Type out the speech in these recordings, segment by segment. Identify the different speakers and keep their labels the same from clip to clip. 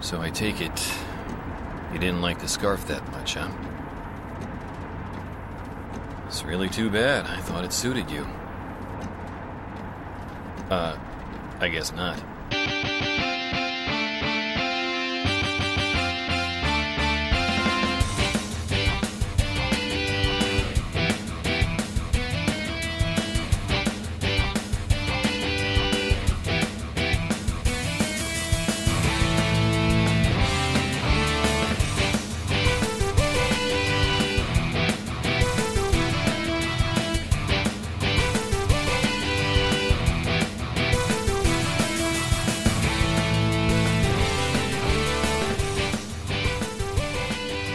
Speaker 1: So I take it you didn't like the scarf that much, huh? It's really too bad. I thought it suited you. Uh, I guess not.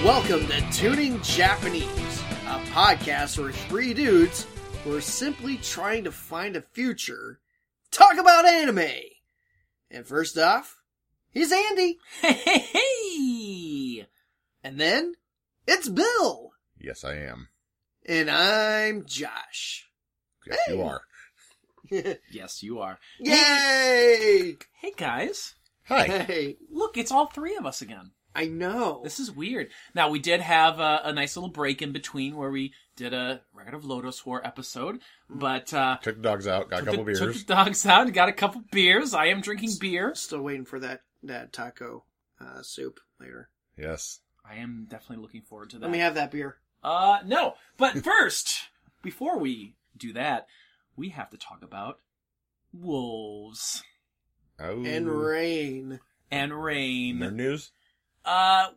Speaker 2: Welcome to Tuning Japanese, a podcast where three dudes who are simply trying to find a future talk about anime. And first off, he's Andy.
Speaker 3: Hey!
Speaker 2: And then, it's Bill.
Speaker 4: Yes, I am.
Speaker 2: And I'm Josh.
Speaker 4: Yes, you are.
Speaker 3: Yes, you are.
Speaker 2: Yay!
Speaker 3: Hey, guys.
Speaker 4: Hi.
Speaker 2: Hey,
Speaker 3: Look, it's all three of us again.
Speaker 2: I know.
Speaker 3: This is weird. Now, we did have a, a nice little break in between where we did a Record of Lotus War episode, but uh,
Speaker 4: Took the dogs out, got a
Speaker 3: took
Speaker 4: couple
Speaker 3: the- took
Speaker 4: beers.
Speaker 3: the dogs out and got a couple beers. I am drinking beer.
Speaker 2: Still waiting for that, that taco uh, soup later.
Speaker 4: yes.
Speaker 3: I am definitely looking forward to that.
Speaker 2: Let me have that beer.
Speaker 3: Uh, no. But first, before we do that, we have to talk about wolves
Speaker 4: Oh.
Speaker 2: And rain.
Speaker 3: and rain.
Speaker 4: Nerd news?
Speaker 3: Uh,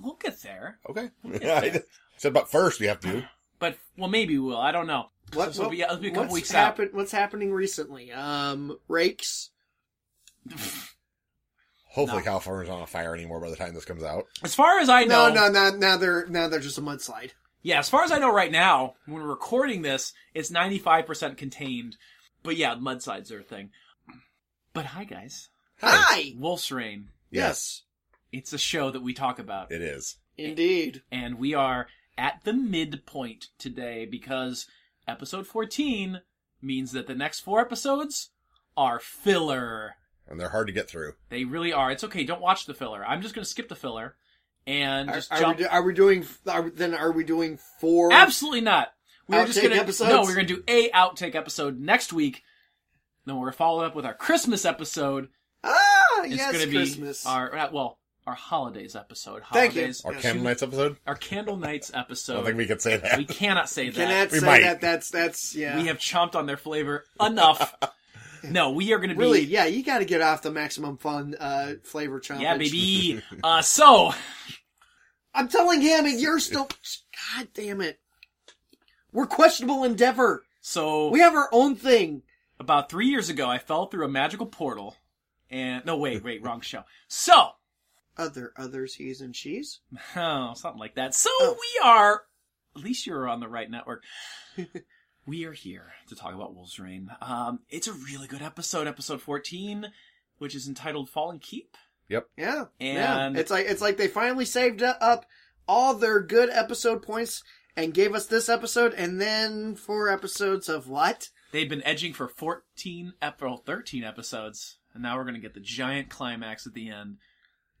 Speaker 3: we'll get there.
Speaker 4: Okay. I said, but first you have to.
Speaker 3: But, well, maybe we will. I don't know.
Speaker 2: What,
Speaker 3: So it'll be- it'll be a couple
Speaker 2: what's
Speaker 3: weeks out.
Speaker 2: happen, What's happening recently? Um, rakes.
Speaker 4: Hopefully
Speaker 3: No.
Speaker 4: California's not on fire anymore by the time this comes out.
Speaker 3: As far as I know,
Speaker 2: No, no, now, now they're now they're just a mudslide.
Speaker 3: yeah, as far as I know right now, when we're recording this, it's 95% contained. But yeah, mudslides are a thing. But hi, guys.
Speaker 2: Hi.
Speaker 3: Wolf's Rain.
Speaker 2: Yes,
Speaker 3: It's a show that we talk about.
Speaker 4: It is.
Speaker 2: indeed.
Speaker 3: And we are at the midpoint today because episode 14 means that the next four episodes are filler.
Speaker 4: And they're hard to get through.
Speaker 3: They really are. It's okay. Don't watch the filler. I'm just going to skip the filler and
Speaker 2: Are,
Speaker 3: just
Speaker 2: are, we,
Speaker 3: jump.
Speaker 2: do- are we doing? Are, then are we doing four?
Speaker 3: Absolutely not. We were just
Speaker 2: Outtake
Speaker 3: gonna
Speaker 2: episodes?
Speaker 3: no. We are gonna do a outtake episode next week. Then we're gonna follow it up with our Christmas episode.
Speaker 2: Ah,
Speaker 3: It's
Speaker 2: yes,
Speaker 3: gonna be
Speaker 2: Christmas.
Speaker 3: our uh, well our holidays episode.
Speaker 2: Thank you.
Speaker 3: Holidays,
Speaker 4: Our
Speaker 2: Yes.
Speaker 4: Cam Nights episode?
Speaker 3: our candle nights
Speaker 4: I don't
Speaker 3: episode.
Speaker 4: think
Speaker 3: we,
Speaker 4: we could say that.
Speaker 3: cannot say that.
Speaker 2: Cannot
Speaker 4: We
Speaker 2: say
Speaker 4: might.
Speaker 2: that. That's that's yeah.
Speaker 3: We have chomped on their flavor enough. no, we are gonna be
Speaker 2: really yeah. You got to get off the maximum fun uh flavor challenge.
Speaker 3: yeah, baby. uh, so
Speaker 2: I'm telling him, and you're still. God damn it. We're questionable endeavor.
Speaker 3: so
Speaker 2: We have our own thing.
Speaker 3: about three years ago, I fell through a magical portal, and no, wait, wait, wrong show. So.
Speaker 2: Other others, he's and she's.
Speaker 3: Oh, something like that. So we are. At least you're on the right network. we are here to talk about Wolves Rain. Um, it's a really good episode, episode 14, which is entitled Fallen Keep.
Speaker 2: Yeah,
Speaker 3: And-
Speaker 2: yeah. It's like it's like they finally saved up all their good episode points and gave us this episode, and then four episodes of what?
Speaker 3: They've been edging for 14, ep- well, 13 episodes, and now we're going to get the giant climax at the end.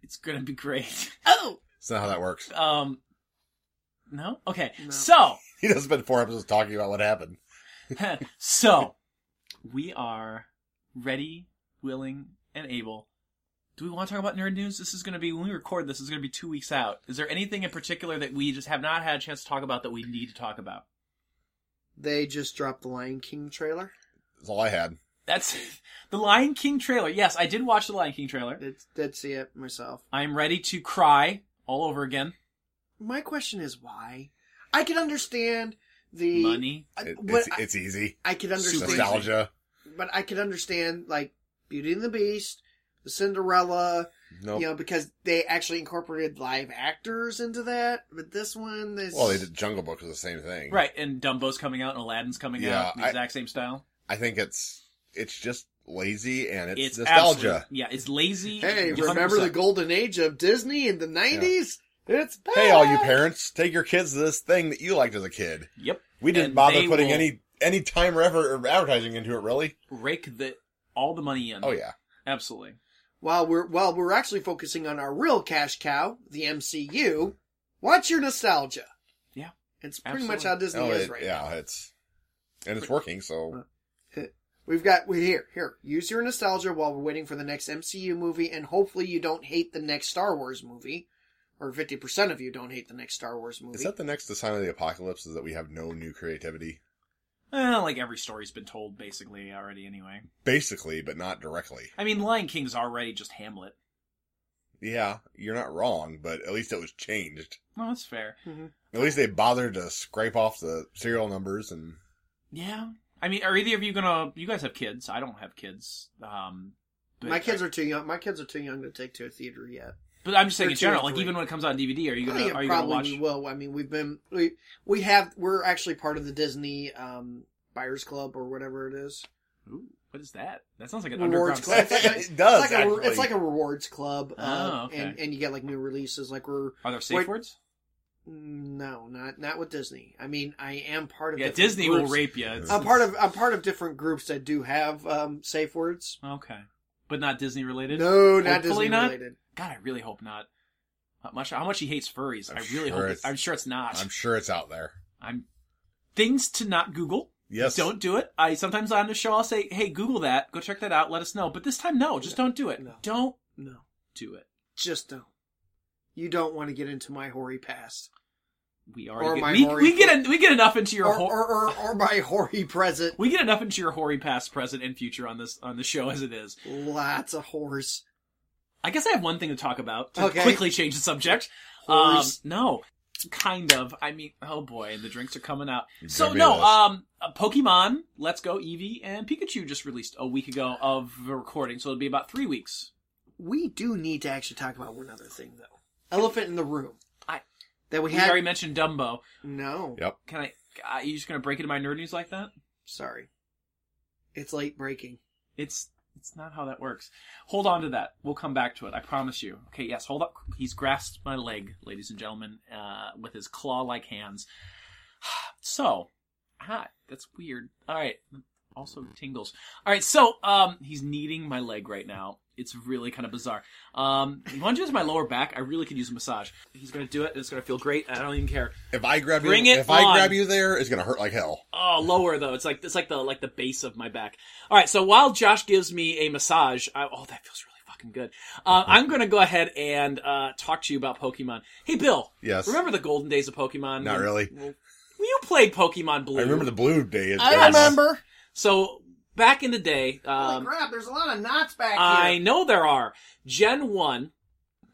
Speaker 3: It's going to be great.
Speaker 2: Oh,
Speaker 4: It's not how that works.
Speaker 3: Um, no? Okay.
Speaker 2: No.
Speaker 3: So,
Speaker 4: He does spend four episodes talking about what happened.
Speaker 3: so, we are ready, willing, and able. Do we want to talk about nerd news? This is going to be when we record this. this Is going to be two weeks out. Is there anything in particular that we just have not had a chance to talk about that we need to talk about?
Speaker 2: they just dropped the Lion King trailer.
Speaker 4: That's all I had.
Speaker 3: That's the Lion King trailer. Yes, I did watch the Lion King trailer.
Speaker 2: Did did see it myself.
Speaker 3: I'm ready to cry all over again.
Speaker 2: My question is why? I can understand the
Speaker 3: Money.
Speaker 2: I,
Speaker 4: It-
Speaker 2: what
Speaker 4: it's,
Speaker 2: I,
Speaker 4: it's easy.
Speaker 2: I could understand,
Speaker 4: Nostalgia.
Speaker 2: but I could understand like Beauty and the Beast, the Cinderella.
Speaker 4: No.
Speaker 2: You know, because they actually incorporated live actors into that, but this one is
Speaker 4: Well, they did Jungle Book was the same thing.
Speaker 3: Right, and Dumbo's coming out and Aladdin's coming
Speaker 4: Yeah,
Speaker 3: out in the
Speaker 4: I-
Speaker 3: exact same style.
Speaker 4: I think it's it's just lazy and it's,
Speaker 3: It's
Speaker 4: nostalgia.
Speaker 3: absolute- yeah, it's lazy.
Speaker 2: Hey,
Speaker 3: 100%.
Speaker 2: remember the golden age of Disney in the nineties? It's back.
Speaker 4: Hey, all you parents, take your kids to this thing that you liked as a kid.
Speaker 3: Yep.
Speaker 4: We didn't
Speaker 3: And
Speaker 4: bother
Speaker 3: they
Speaker 4: putting
Speaker 3: will-
Speaker 4: any any time or effort or advertising into it, really.
Speaker 2: Mm-hmm.
Speaker 3: Rake the all the money in.
Speaker 4: Oh yeah,
Speaker 3: Absolutely.
Speaker 2: While we're while we're actually focusing on our real cash cow, the MCU, watch your nostalgia.
Speaker 3: Yeah.
Speaker 2: It's pretty much
Speaker 3: Absolutely.
Speaker 2: how Disney
Speaker 4: Oh,
Speaker 2: is
Speaker 4: it-
Speaker 2: right
Speaker 4: yeah,
Speaker 2: now. uh,
Speaker 4: it's and it's working. So
Speaker 2: We've got we here here use your nostalgia while we're waiting for the next MCU movie, and hopefully you don't hate the next Star Wars movie, or fifty percent of you don't hate the next Star Wars movie.
Speaker 4: is that the next sign of the apocalypse? Is that we have no new creativity,
Speaker 3: Eh, like every story's been told basically already anyway.
Speaker 4: basically, but not directly.
Speaker 3: I mean, Lion King's already just Hamlet.
Speaker 4: Yeah, you're not wrong, but at least it was changed.
Speaker 3: No, that's fair.
Speaker 4: At least they bothered to scrape off the serial numbers and
Speaker 3: Yeah. I mean, are either of you gonna? You guys have kids. I don't have kids. Um, but,
Speaker 2: my kids are too young. My kids are too young to take to a theater yet.
Speaker 3: But I'm just saying
Speaker 2: they're
Speaker 3: in
Speaker 2: two or
Speaker 3: general. Like
Speaker 2: three.
Speaker 3: even when it comes out on DVD, are you
Speaker 2: I
Speaker 3: gonna?
Speaker 2: think
Speaker 3: Are you gonna
Speaker 2: probably
Speaker 3: watch?
Speaker 2: we will. I mean, we've been we we have we're actually part of the Disney um, Buyers Club or whatever it is.
Speaker 3: Ooh, what is that? That sounds like an
Speaker 2: Rewards
Speaker 3: underground.
Speaker 2: Club. It's like a-
Speaker 4: It does,
Speaker 2: It's like, a,
Speaker 4: actually.
Speaker 2: it's like a rewards club, uh,
Speaker 3: Oh, okay.
Speaker 2: and and you get like new releases. Like we're
Speaker 3: Are there safe
Speaker 2: Wait.
Speaker 3: words?
Speaker 2: no, not not with Disney. I mean, I am part of
Speaker 3: Yeah,
Speaker 2: different
Speaker 3: Disney will
Speaker 2: groups.
Speaker 3: rape you.
Speaker 2: I'm part of I'm part of different groups that do have um, safe words.
Speaker 3: Okay, but not Disney related.
Speaker 2: No, not
Speaker 3: Hopefully
Speaker 2: Disney
Speaker 3: not.
Speaker 2: related.
Speaker 3: God, I really hope not. How much? How much he hates furries?
Speaker 4: I'm
Speaker 3: i really
Speaker 4: sure
Speaker 3: hope. It,
Speaker 4: it's-
Speaker 3: I'm sure it's not.
Speaker 4: I'm sure it's out there.
Speaker 3: I'm things to not Google.
Speaker 4: Yes.
Speaker 3: Don't do it. I sometimes on the show I'll say, "Hey, Google that. Go check that out. Let us know." But this time, no. Just don't do it.
Speaker 2: No.
Speaker 3: Don't
Speaker 2: No,
Speaker 3: do it.
Speaker 2: just don't. You don't want to get into my hoary past,
Speaker 3: We
Speaker 2: Or
Speaker 3: already
Speaker 2: my
Speaker 3: get, we,
Speaker 2: hoary
Speaker 3: we get
Speaker 2: fa-
Speaker 3: en- we get enough into your
Speaker 2: or
Speaker 3: hor-
Speaker 2: or, or, or my hoary present.
Speaker 3: we get enough into your hoary past, present, and future on this on the show as it is.
Speaker 2: Lots of whores.
Speaker 3: I guess I have one thing to talk about to
Speaker 2: Okay.
Speaker 3: quickly change the subject. Um,
Speaker 2: Whores.
Speaker 3: no, kind of. I mean, oh boy, the drinks are coming out.
Speaker 4: You're
Speaker 3: So
Speaker 4: gonna be
Speaker 3: no,
Speaker 4: honest.
Speaker 3: um, uh, Pokemon Let's Go Eevee and Pikachu just released a week ago of the recording, so it'll be about three weeks.
Speaker 2: We do need to actually talk about one other thing though. Elephant in the room.
Speaker 3: I-
Speaker 2: that we
Speaker 3: We
Speaker 2: had
Speaker 3: already mentioned Dumbo.
Speaker 2: no.
Speaker 4: Yep.
Speaker 3: Can I? Are you just gonna break into my nerd news like that?
Speaker 2: Sorry. It's late breaking.
Speaker 3: It's it's not how that works. Hold on to that. We'll come back to it. I promise you. Okay, yes, hold up. He's grasped my leg, ladies and gentlemen, uh, with his claw-like hands. So, ah, that's weird. All right. Also tingles. All right. So, um, he's kneading my leg right now. It's really kind of bizarre. Um, you want to do this to my lower back? I really could use a massage. He's gonna do it. And it's gonna feel great. I don't even care.
Speaker 4: If I grab
Speaker 3: Bring
Speaker 4: you,
Speaker 3: it
Speaker 4: if
Speaker 3: on.
Speaker 4: I grab you there, it's gonna hurt like hell.
Speaker 3: Oh, lower though. It's like it's like the like the base of my back. All right. So while Josh gives me a massage, I, oh, that feels really fucking good. Uh, I'm gonna go ahead and uh, talk to you about Pokemon. Hey, Bill.
Speaker 4: Yes.
Speaker 3: Remember the golden days of Pokemon?
Speaker 4: Not
Speaker 3: When-
Speaker 4: really.
Speaker 3: Well, you played Pokemon Blue.
Speaker 4: I remember the blue days.
Speaker 2: I
Speaker 4: guys.
Speaker 2: remember.
Speaker 3: So back in the day, um,
Speaker 2: Holy crap! There's a lot of knots Oh, back
Speaker 3: I
Speaker 2: here.
Speaker 3: know there are Gen One,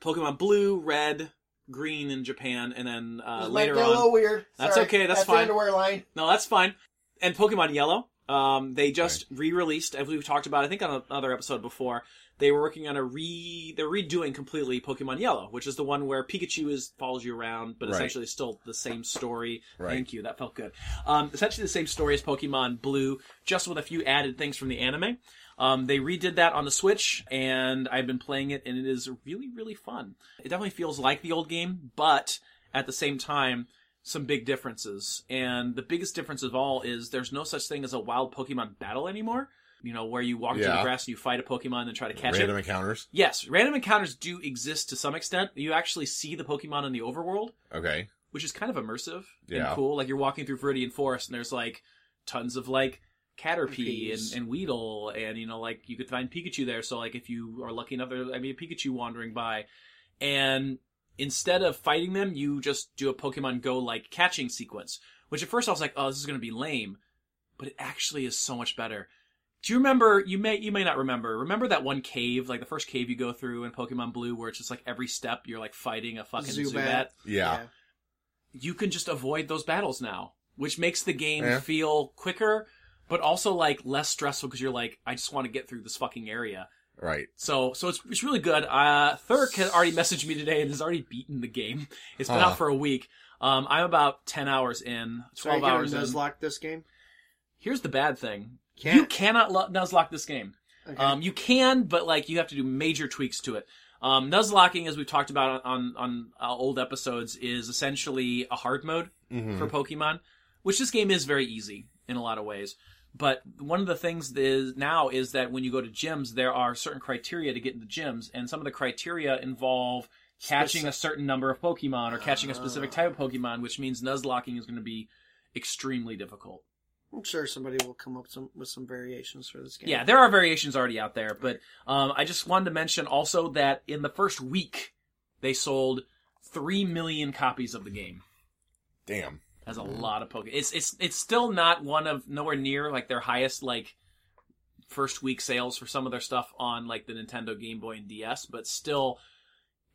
Speaker 3: Pokemon Blue, Red, Green in Japan, and then uh,
Speaker 2: Just like,
Speaker 3: later
Speaker 2: they're a
Speaker 3: on
Speaker 2: little weird.
Speaker 3: That's
Speaker 2: Sorry.
Speaker 3: okay, that's
Speaker 2: the
Speaker 3: fine.
Speaker 2: underwear line.
Speaker 3: No, that's fine. And Pokemon Yellow, um, they just re-released, as we talked about, I think on another episode before, they were working on a re, they're redoing completely Pokemon Yellow, which is the one where Pikachu is, follows you around, but
Speaker 4: Right.
Speaker 3: essentially it's still the same story.
Speaker 4: Right.
Speaker 3: Thank you, that felt good. Um, essentially the same story as Pokemon Blue, just with a few added things from the anime. Um, they redid that on the Switch, and I've been playing it, and it is really, really fun. It definitely feels like the old game, but at the same time, some big differences. And the biggest difference of all is there's no such thing as a wild Pokemon battle anymore. You know, where you walk through the
Speaker 4: Yeah.
Speaker 3: grass and you fight a Pokemon and try to catch it.
Speaker 4: Random encounters.
Speaker 3: Yes, random encounters do exist to some extent. You actually see the Pokemon in the overworld,
Speaker 4: Okay.
Speaker 3: which is kind of immersive and
Speaker 4: Yeah.
Speaker 3: cool. Like you're walking through Viridian Forest and there's like tons of like Caterpie
Speaker 2: Peas.
Speaker 3: and, and Weedle and you know like you could find Pikachu there. So like if you are lucky enough, there I mean a Pikachu wandering by, and instead of fighting them, you just do a Pokemon Go like catching sequence. Which at first I was like, oh, this is gonna be lame, but it actually is so much better. Do you remember? You may you may not remember. Remember that one cave, like the first cave you go through in Pokemon Blue, where it's just like every step you're like fighting a fucking
Speaker 2: Zubat.
Speaker 3: Zubat
Speaker 4: Yeah.
Speaker 3: you can just avoid those battles now, which makes the game
Speaker 4: Yeah.
Speaker 3: feel quicker, but also like less stressful because you're like, I just want to get through this fucking area.
Speaker 4: Right.
Speaker 3: So, so it's it's really good. Uh, Thurk has already messaged me today and has already beaten the game. It's been
Speaker 4: Huh.
Speaker 3: out for a week. Um, I'm about ten hours in,
Speaker 2: So are you
Speaker 3: twelve
Speaker 2: gonna
Speaker 3: hours in.
Speaker 2: nuzlocke this game?
Speaker 3: Here's the bad thing:
Speaker 2: Can't.
Speaker 3: you cannot lo- nuzlocke this game.
Speaker 2: Okay.
Speaker 3: Um, you can, but like you have to do major tweaks to it. Um, nuzlocking, as we've talked about on on uh, old episodes, is essentially a hard mode
Speaker 4: Mm-hmm.
Speaker 3: for Pokemon, which this game is very easy in a lot of ways. But one of the things that is now is that when you go to gyms, there are certain criteria to get into gyms, and some of the criteria involve catching a certain number of Pokemon or catching a specific type of Pokemon, which means Nuzlocking is going to be extremely difficult.
Speaker 2: I'm sure somebody will come up some, with some variations for this game.
Speaker 3: Yeah, there are variations already out there, but um, I just wanted to mention also that in the first week, they sold three million copies of the game.
Speaker 4: Damn.
Speaker 3: That's a lot of Pokemon. It's it's it's still not one of nowhere near like their highest like first week sales for some of their stuff on like the Nintendo Game Boy and DS, but still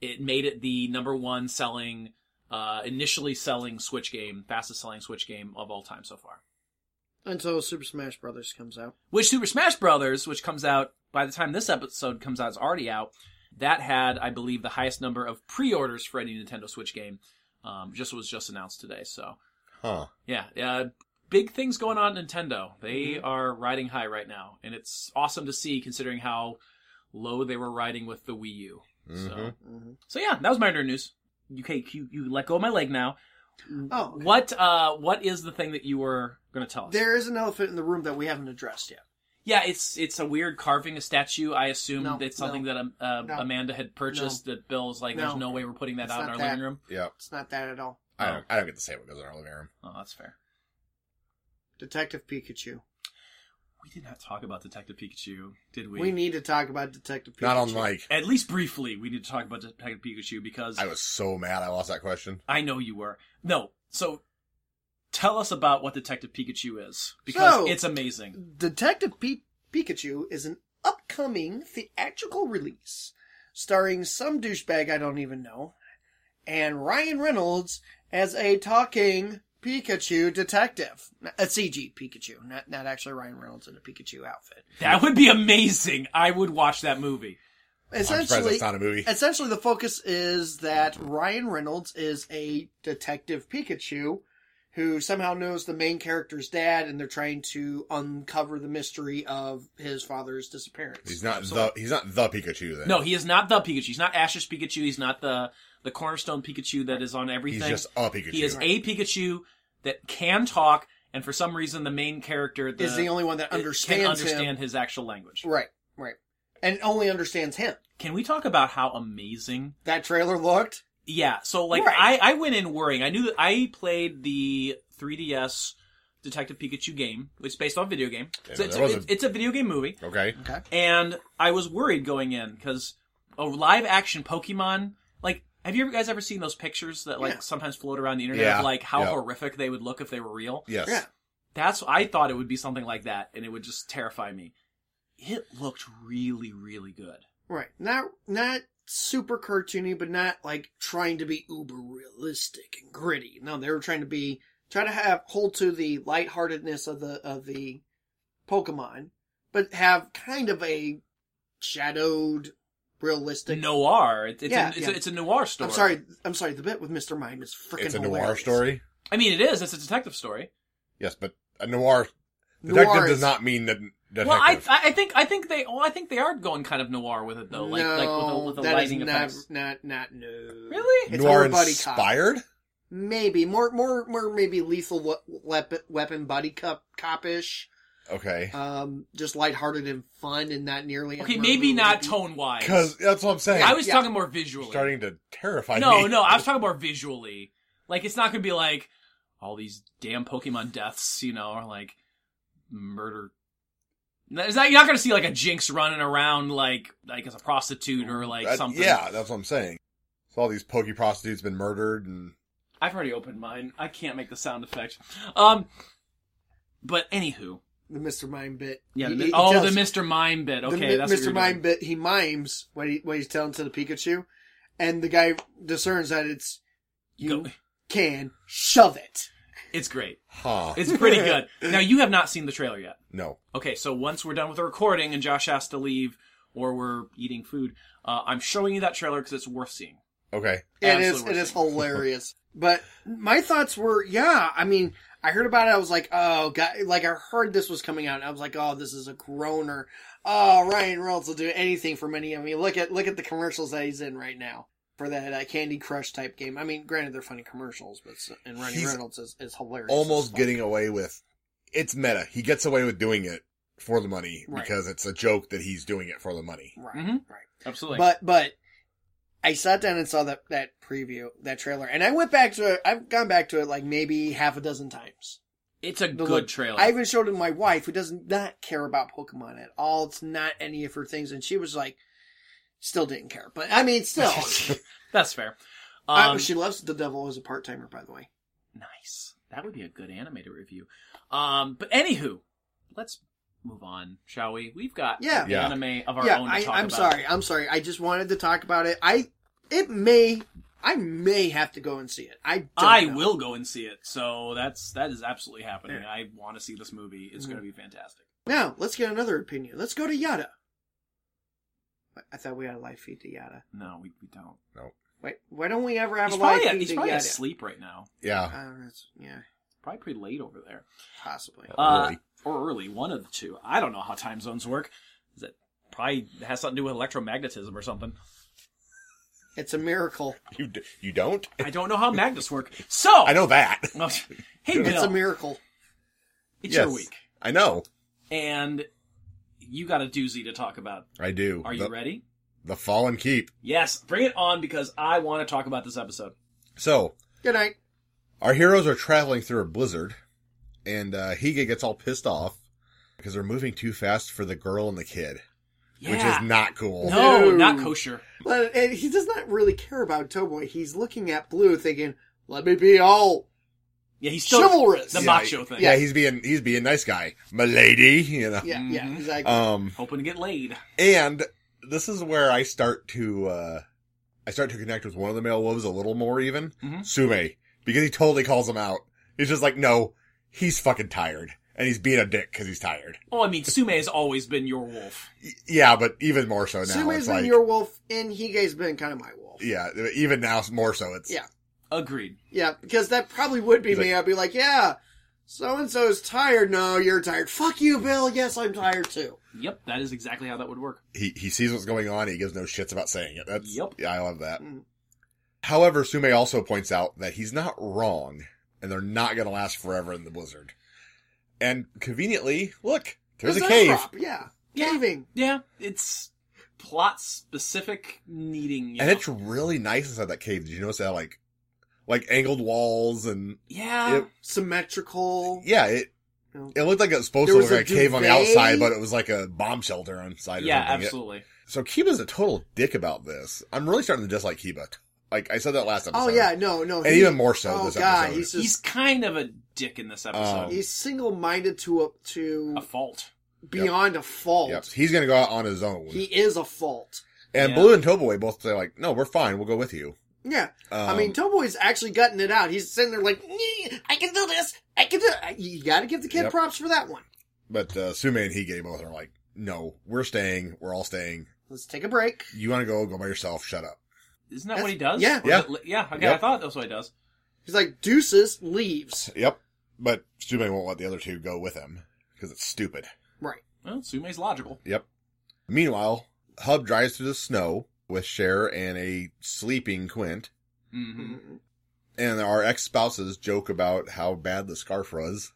Speaker 3: it made it the number one selling uh initially selling Switch game, fastest selling Switch game of all time so far.
Speaker 2: Until Super Smash Brothers comes out.
Speaker 3: Which Super Smash Brothers, which comes out by the time this episode comes out, is already out. That had, I believe, the highest number of pre-orders for any Nintendo Switch game. Um, just was just announced today, so
Speaker 4: Huh.
Speaker 3: yeah, uh, big things going on at Nintendo. They are riding high right now, and it's awesome to see considering how low they were riding with the Wii U. So,
Speaker 4: Mhm.
Speaker 2: Mhm.
Speaker 3: so yeah, that was my nerd news. You, okay, you, you let go of my leg now.
Speaker 2: Oh, okay.
Speaker 3: What uh, what is the thing that you were going to tell us?
Speaker 2: There is an elephant in the room that we haven't addressed yet.
Speaker 3: yeah, it's it's a weird carving a statue. I assume
Speaker 2: No,
Speaker 3: it's something
Speaker 2: no,
Speaker 3: that um, uh,
Speaker 2: no,
Speaker 3: Amanda had purchased. That Bill's like, there's
Speaker 2: no.
Speaker 3: no way we're putting that
Speaker 2: It's
Speaker 3: out in
Speaker 2: not
Speaker 3: our
Speaker 2: that.
Speaker 3: living room.
Speaker 4: Yeah.
Speaker 2: It's not that at all.
Speaker 4: I
Speaker 3: Oh.
Speaker 4: don't, I don't get to say what goes on in our living room.
Speaker 3: Oh, that's fair.
Speaker 2: Detective Pikachu.
Speaker 3: We did not talk about Detective Pikachu, did we?
Speaker 2: We need to talk about Detective Pikachu.
Speaker 4: Not on mic.
Speaker 3: At least briefly, we need to talk about Detective Pikachu because
Speaker 4: I was so mad I lost that question.
Speaker 3: I know you were. No, so tell us about what Detective Pikachu is because
Speaker 2: So-
Speaker 3: it's amazing.
Speaker 2: Detective P- Pikachu is an upcoming theatrical release starring some douchebag I don't even know and Ryan Reynolds as a talking Pikachu detective. A CG Pikachu, not, not actually Ryan Reynolds in a Pikachu outfit.
Speaker 3: That would be amazing. I would watch that movie.
Speaker 4: I'm surprised
Speaker 2: Essentially,
Speaker 4: that's not a movie.
Speaker 2: essentially the focus is that Ryan Reynolds is a detective Pikachu who somehow knows the main character's dad and they're trying to uncover the mystery of his father's disappearance.
Speaker 4: He's not the he's not the Pikachu then.
Speaker 3: No, he is not the Pikachu. He's not Ash's Pikachu. He's not the the cornerstone Pikachu that is on
Speaker 4: he's
Speaker 3: everything.
Speaker 4: just a Pikachu.
Speaker 3: he is a Pikachu that can talk, and for some reason, the main character the,
Speaker 2: is the only one that understands
Speaker 3: can
Speaker 2: him.
Speaker 3: understand his actual language.
Speaker 2: Right, right. And only understands him.
Speaker 3: Can we talk about how amazing
Speaker 2: That trailer looked
Speaker 3: Yeah, so like
Speaker 2: Right.
Speaker 3: I, I went in worrying. I knew that I played the 3DS Detective Pikachu game, which is based off a video game.
Speaker 4: Yeah,
Speaker 3: So it's,
Speaker 4: there was
Speaker 3: it's,
Speaker 4: a-
Speaker 3: it's a video game movie,
Speaker 4: Okay.
Speaker 2: okay.
Speaker 3: and I was worried going in because a live action Pokemon. Like, have you ever guys ever seen those pictures that like
Speaker 2: Yeah.
Speaker 3: sometimes float around the internet
Speaker 4: Yeah,
Speaker 3: of like how
Speaker 4: yeah.
Speaker 3: horrific they would look if they were real?
Speaker 4: Yes.
Speaker 2: Yeah.
Speaker 3: That's I thought it would be something like that, and it would just terrify me. It looked really, really good.
Speaker 2: Right. Not not super cartoony, but not like trying to be uber realistic and gritty. No, they were trying to be try to have hold to the lightheartedness of the of the Pokemon, but have kind of a shadowed realistic
Speaker 3: Noir. It, it's,
Speaker 2: Yeah,
Speaker 3: a, it's,
Speaker 2: yeah.
Speaker 3: A, it's a noir story.
Speaker 2: I'm sorry. I'm sorry. The bit with Mr. Mime is freaking
Speaker 4: It's a noir
Speaker 2: hilarious.
Speaker 4: story.
Speaker 3: I mean, it is. It's a detective story.
Speaker 4: Yes, but a noir detective
Speaker 2: Noir
Speaker 4: does
Speaker 2: is-
Speaker 4: not mean that detective.
Speaker 3: Well, I I think I think they oh I think they are going kind of noir with it though, like
Speaker 2: no,
Speaker 3: like with the, with the
Speaker 2: that is
Speaker 3: lighting
Speaker 2: not,
Speaker 3: effects.
Speaker 2: not not no.
Speaker 3: Really?
Speaker 2: It's
Speaker 4: noir
Speaker 2: more buddy cop.
Speaker 4: inspired.
Speaker 2: Maybe more more more maybe lethal we- weapon weapon buddy cop copish.
Speaker 4: Okay.
Speaker 3: Uh,
Speaker 2: um, just lighthearted and fun and not nearly.
Speaker 3: Okay, maybe not
Speaker 2: totally.
Speaker 3: tone wise.
Speaker 4: Because that's what I'm saying.
Speaker 3: I was
Speaker 2: Yeah.
Speaker 3: talking more
Speaker 4: You're
Speaker 3: visually.
Speaker 4: starting to terrify me.
Speaker 3: no, no, I was talking more visually. Like it's not gonna be like all these damn Pokemon deaths, you know, or like murder. No, It's not, you're not gonna see like a Jinx running around like like as a prostitute or like
Speaker 4: That-
Speaker 3: something.
Speaker 4: Yeah, that's what I'm saying. So all these pokey prostitutes been murdered and
Speaker 3: I've already opened mine. I can't make the sound effect. Um, but anywho,
Speaker 2: the Mr. Mime bit.
Speaker 3: yeah.
Speaker 2: He-
Speaker 3: The,
Speaker 2: he
Speaker 3: mi- oh,
Speaker 2: tells-
Speaker 3: the Mr. Mime bit.
Speaker 2: the
Speaker 3: Okay,
Speaker 2: Mi-
Speaker 3: that's what
Speaker 2: Mr.
Speaker 3: you're
Speaker 2: Mime
Speaker 3: doing.
Speaker 2: bit. He mimes what he what he's telling to the Pikachu, and the guy discerns that it's you
Speaker 3: Go-
Speaker 2: can shove it.
Speaker 3: It's great.
Speaker 4: huh?
Speaker 3: It's pretty good. now you have not seen the trailer yet.
Speaker 4: no,
Speaker 3: Okay, so once we're done with the recording and Josh has to leave or we're eating food, uh, I'm showing you that trailer because it's worth seeing.
Speaker 4: okay.
Speaker 2: It is
Speaker 3: Absolutely
Speaker 2: it is
Speaker 3: worth
Speaker 2: hilarious. But my thoughts were, yeah. I mean, I heard about it. I was like, oh god, like I heard this was coming out. And I was like, oh, this is a groaner. Oh, Ryan Reynolds will do anything for money. I mean, look at look at the commercials that he's in right now for that uh, Candy Crush type game. I mean, granted, they're funny commercials, but s- and Ryan
Speaker 4: He's
Speaker 2: Reynolds is, is hilarious. as
Speaker 4: Almost
Speaker 2: fuck.
Speaker 4: getting away with it's meta. He gets away with doing it for the money
Speaker 2: Right.
Speaker 4: because it's a joke that he's doing it for the money.
Speaker 2: Right.
Speaker 3: Mhm.
Speaker 2: Right.
Speaker 3: Absolutely.
Speaker 2: But but I sat down and saw that that preview, that trailer, and I went back to it. I've gone back to it like maybe half a dozen times.
Speaker 3: it's a
Speaker 2: The
Speaker 3: good
Speaker 2: look-
Speaker 3: trailer.
Speaker 2: I even showed it to my wife, who does not care about Pokemon at all. It's not any of her things, and she was like, still didn't care. But I mean, still,
Speaker 3: That's fair.
Speaker 2: I-
Speaker 3: Um,
Speaker 2: she loves the devil as a part timer, by the way.
Speaker 3: Nice. That would be a good animated review. Um, but anywho, let's move on, shall we? We've got
Speaker 2: Yeah.
Speaker 3: an
Speaker 4: Yeah.
Speaker 3: anime of our
Speaker 2: yeah,
Speaker 3: own to
Speaker 2: I,
Speaker 3: talk
Speaker 2: I'm
Speaker 3: about.
Speaker 2: sorry. I'm sorry. I just wanted to talk about it. I it may I may have to go and see it. I don't
Speaker 3: I
Speaker 2: know.
Speaker 3: will go and see it. So that's that is absolutely happening.
Speaker 2: Yeah.
Speaker 3: I want to see this movie. It's
Speaker 2: Mhm.
Speaker 3: going to be fantastic.
Speaker 2: Now, let's get another opinion. Let's go to Yada. Wait, I thought we had a live feed to Yada.
Speaker 3: No, we, we don't.
Speaker 2: Wait, why don't we ever have
Speaker 3: He's
Speaker 2: a live
Speaker 3: probably,
Speaker 2: feed
Speaker 3: he's
Speaker 2: to
Speaker 3: probably
Speaker 2: Yada?
Speaker 3: asleep right now.
Speaker 4: Yeah.
Speaker 2: Uh, that's- yeah,
Speaker 3: Probably pretty late over there.
Speaker 2: possibly.
Speaker 3: Uh,
Speaker 4: Early.
Speaker 3: Or early, one of the two. I don't know how time zones work. Is it probably has something to do with electromagnetism or something?
Speaker 2: It's a miracle.
Speaker 4: You d- you don't?
Speaker 3: I don't know how magnets work. So
Speaker 4: I know that.
Speaker 3: Hey,
Speaker 2: It's
Speaker 3: Bill,
Speaker 2: a miracle.
Speaker 3: it's your
Speaker 4: Yes.
Speaker 3: week.
Speaker 4: I know.
Speaker 3: and you got a doozy to talk about.
Speaker 4: I do.
Speaker 3: Are
Speaker 4: the,
Speaker 3: you ready?
Speaker 4: The Fallen Keep.
Speaker 3: Yes, bring it on because I want to talk about this episode.
Speaker 4: So,
Speaker 2: Good night.
Speaker 4: our heroes are traveling through a blizzard, and uh, Higa gets all pissed off because they're moving too fast for the girl and the kid, which
Speaker 3: Yeah.
Speaker 4: is not cool.
Speaker 3: no,
Speaker 2: No.
Speaker 3: not kosher.
Speaker 2: But and he does not really care about Toboy. He's looking at Blue thinking, let me be all
Speaker 3: Yeah, he's still
Speaker 2: Chivalrous.
Speaker 3: the
Speaker 2: Yeah,
Speaker 3: macho thing.
Speaker 4: Yeah, he's being he's being nice guy, milady. You know.
Speaker 2: Yeah, yeah,
Speaker 3: Mhm.
Speaker 2: exactly.
Speaker 4: Um,
Speaker 3: hoping to get laid.
Speaker 4: and this is where I start to uh I start to connect with one of the male wolves a little more, even
Speaker 2: Mm-hmm.
Speaker 3: Mhm.
Speaker 4: Sume, because he totally calls him out. He's just like, no, he's fucking tired, and he's being a dick because he's tired.
Speaker 3: Oh, I mean, Sume has always been your wolf.
Speaker 4: Y- yeah, but even more so now.
Speaker 2: Sume's
Speaker 4: Oh, it's
Speaker 2: been
Speaker 4: like,
Speaker 2: your wolf, and Hige's been kind of my wolf.
Speaker 4: yeah, even now more so. It's
Speaker 2: Yeah.
Speaker 3: Agreed.
Speaker 2: Yeah, because that probably would be
Speaker 4: He's
Speaker 2: me. I'd be like, yeah, so and so's tired. No, you're tired. Fuck you, Bill. Yes, I'm tired too.
Speaker 3: Yep, that is exactly how that would work.
Speaker 4: he he sees what's going on. And he gives no shits about saying it. That's
Speaker 3: Yep.
Speaker 4: yeah, I love that.
Speaker 2: Mm.
Speaker 4: However, Sume also points out that he's not wrong, and they're not going to last forever in the blizzard. And conveniently, look, there's a
Speaker 2: It's
Speaker 4: cave.
Speaker 2: prop, Yeah.
Speaker 3: Yeah.
Speaker 2: Caving.
Speaker 3: Yeah, it's plot specific needing. you
Speaker 4: And
Speaker 3: know.
Speaker 4: it's really nice inside that cave. Did you notice that like like angled walls and
Speaker 3: yeah,
Speaker 4: it-
Speaker 2: Symmetrical.
Speaker 4: yeah, it
Speaker 2: No.
Speaker 4: it looked like it was supposed
Speaker 2: There
Speaker 4: to
Speaker 2: was
Speaker 4: look like a
Speaker 2: a
Speaker 4: cave on the
Speaker 2: duvet.
Speaker 4: outside, but it was like a bomb shelter on the side or
Speaker 3: yeah,
Speaker 4: something. It-
Speaker 3: absolutely.
Speaker 4: So Kiba's a total dick about this. I'm really starting to dislike Kiba. Like I said that last episode.
Speaker 2: Oh yeah, no, no.
Speaker 4: And even more so
Speaker 2: Oh
Speaker 4: this
Speaker 2: god,
Speaker 4: episode.
Speaker 2: he's just
Speaker 3: He's
Speaker 2: he's,
Speaker 3: kind of a dick in this episode.
Speaker 4: Um,
Speaker 2: single-minded to a to
Speaker 3: a fault.
Speaker 2: beyond a fault.
Speaker 4: Yep. He's gonna go out on his own.
Speaker 2: He is a fault.
Speaker 4: and
Speaker 3: Yeah.
Speaker 4: Blue and Toboy both say like, "No, we're fine. We'll go with you."
Speaker 2: Yeah,
Speaker 4: Um,
Speaker 2: I mean, Toboy's actually gotten it out. He's sitting there like, "Nee, I can do this. I can do. It. You got to give the kid
Speaker 4: Yep.
Speaker 2: props for that one.
Speaker 4: but uh, Sume and Hige both are like, "No, we're staying. We're all staying.
Speaker 2: Let's take a break.
Speaker 4: You want to go? Go by yourself. Shut up."
Speaker 3: Isn't that
Speaker 2: That's-
Speaker 3: what he does?
Speaker 2: yeah.
Speaker 3: Or
Speaker 4: Yeah.
Speaker 3: is it- yeah. Okay, I
Speaker 4: Yep.
Speaker 3: thought that's what he does.
Speaker 2: He's like, deuces, leaves.
Speaker 4: Yep. But Sume won't let the other two go with him because it's stupid.
Speaker 2: Right.
Speaker 3: Well, Sume's logical.
Speaker 4: Yep. Meanwhile, Hub drives through the snow with Cher and a sleeping Quint,
Speaker 3: hmm
Speaker 2: Mm-hmm.
Speaker 4: and our ex spouses joke about how bad the scarf was.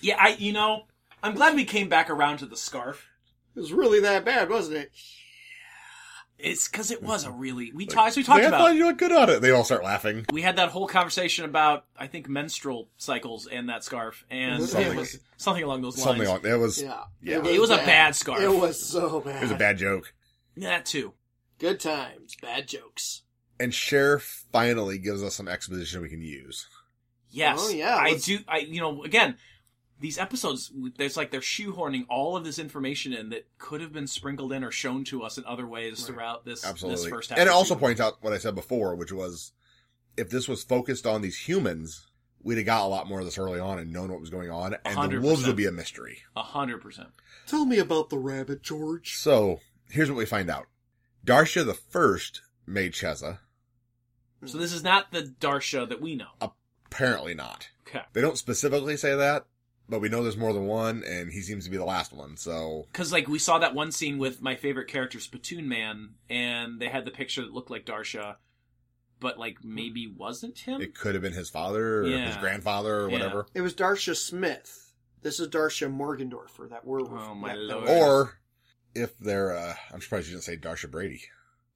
Speaker 3: Yeah, I you know, I'm glad we came back around to the scarf.
Speaker 2: It was really that bad, wasn't it?
Speaker 3: It's because
Speaker 4: Mm-hmm.
Speaker 3: it was a really we talked we talked
Speaker 4: Man, I
Speaker 3: about.
Speaker 4: thought you looked good on it. They all start laughing.
Speaker 3: We had that whole conversation about I think menstrual cycles and that scarf, and it
Speaker 4: Something.
Speaker 3: was something along those lines.
Speaker 4: Something like that was
Speaker 2: Yeah.
Speaker 4: Yeah.
Speaker 3: It was a bad scarf.
Speaker 2: It was so bad.
Speaker 4: it was a bad joke.
Speaker 3: that too.
Speaker 2: Good times, bad jokes.
Speaker 4: And Cher finally gives us some exposition we can use.
Speaker 3: Yes,
Speaker 2: Oh, yeah,
Speaker 3: I
Speaker 2: let's-
Speaker 3: do. I you know again. These episodes, there's like they're shoehorning all of this information in that could have been sprinkled in or shown to us in other ways throughout this
Speaker 4: Absolutely.
Speaker 3: this first half.
Speaker 4: and it
Speaker 3: of the
Speaker 4: also
Speaker 3: season.
Speaker 4: points out what I said before, which was if this was focused on these humans, we'd have got a lot more of this early on and known what was going on, and the
Speaker 3: 100%.
Speaker 4: wolves would be a mystery.
Speaker 3: a hundred percent.
Speaker 2: Tell me about the rabbit, George.
Speaker 4: So here's what we find out: Darsha the First made Cheza.
Speaker 3: So
Speaker 2: Hmm.
Speaker 3: this is not the Darsha that we know.
Speaker 4: Apparently not.
Speaker 3: Okay.
Speaker 4: They don't specifically say that, but we know there's more than one, and he seems to be the last one. So
Speaker 3: Because like we saw that one scene with my favorite character, Spittoon Man, and they had the picture that looked like Darsha, but like maybe wasn't him.
Speaker 4: it could have been his father or
Speaker 3: Hmm. Yeah.
Speaker 4: his grandfather or
Speaker 3: Yeah.
Speaker 4: whatever.
Speaker 2: It was Darsha Smith. This is Darsha Morgendorfer, that werewolf.
Speaker 3: Oh, my
Speaker 2: that,
Speaker 3: lord.
Speaker 4: Or if they're, uh, I'm surprised you didn't say Darsha Brady.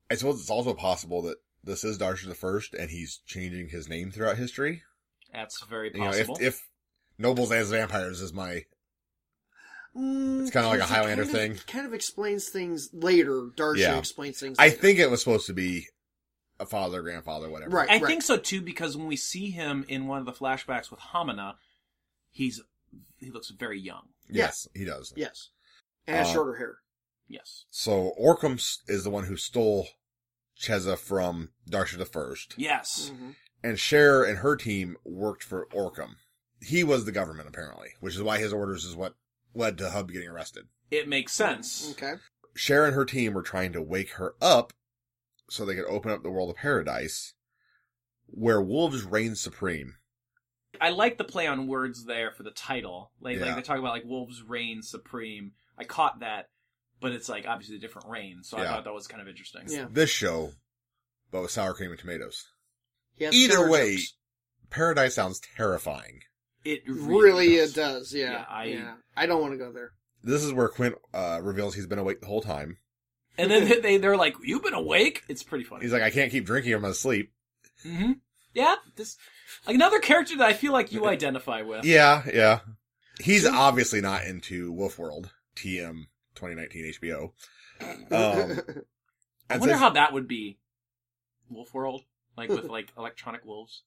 Speaker 4: I suppose it's also possible that this is Darsha the First and he's changing his name throughout history.
Speaker 3: That's very
Speaker 4: You know, if,
Speaker 3: possible.
Speaker 4: if nobles as vampires is my,
Speaker 2: Mm,
Speaker 4: It's kinda like a
Speaker 2: because it
Speaker 4: Highlander
Speaker 2: kind of-
Speaker 4: thing.
Speaker 2: Kind of explains things later. Darsha
Speaker 4: Yeah.
Speaker 2: explains things.
Speaker 4: I
Speaker 2: later.
Speaker 4: think it was supposed to be a father, grandfather, whatever.
Speaker 2: Right.
Speaker 3: I think so too, because when we see him in one of the flashbacks with Hamina, he's he looks very young.
Speaker 4: Yes, he does.
Speaker 2: Yes. And has
Speaker 4: Uh,
Speaker 2: shorter hair.
Speaker 3: Yes.
Speaker 4: So Orcum s- is the one who stole Cheza from Darsha the First,
Speaker 3: Yes.
Speaker 4: Mm.
Speaker 2: Mm-hmm.
Speaker 4: and Cher and her team worked for Orcum. He was the government apparently, which is why his orders is what led to Hub getting arrested.
Speaker 3: It makes
Speaker 4: Mm.
Speaker 3: sense.
Speaker 2: Okay.
Speaker 4: Cher and her team were trying to wake her up so they could open up the world of paradise where wolves reign supreme.
Speaker 3: I like the play on words there for the title. Like,
Speaker 4: Yeah.
Speaker 3: like they talk about like wolves reign supreme. I caught that, but it's like obviously a different reign, so I
Speaker 4: Yeah.
Speaker 3: thought that was kind of interesting.
Speaker 2: Yeah.
Speaker 4: This show, but with sour cream and tomatoes.
Speaker 2: He has
Speaker 4: Either
Speaker 2: killer
Speaker 4: way,
Speaker 2: jokes.
Speaker 4: paradise sounds terrifying.
Speaker 3: It
Speaker 2: really
Speaker 3: does.
Speaker 2: it does. Yeah.
Speaker 3: Yeah, I-
Speaker 2: yeah. I don't want to go there.
Speaker 4: This is where Quint uh, reveals he's been awake the whole time.
Speaker 3: And then they- they they're like, "You've been awake." It's pretty funny.
Speaker 4: He's like, I can't keep drinking. I'm gonna sleep.
Speaker 3: hmm Yeah, this like another character that I feel like you identify with.
Speaker 4: Yeah, yeah. He's obviously not into Wolf World TM 2019 HBO. Um,
Speaker 3: I
Speaker 4: I'd
Speaker 3: wonder
Speaker 4: say-
Speaker 3: how that would be. Wolf World, like with like electronic wolves.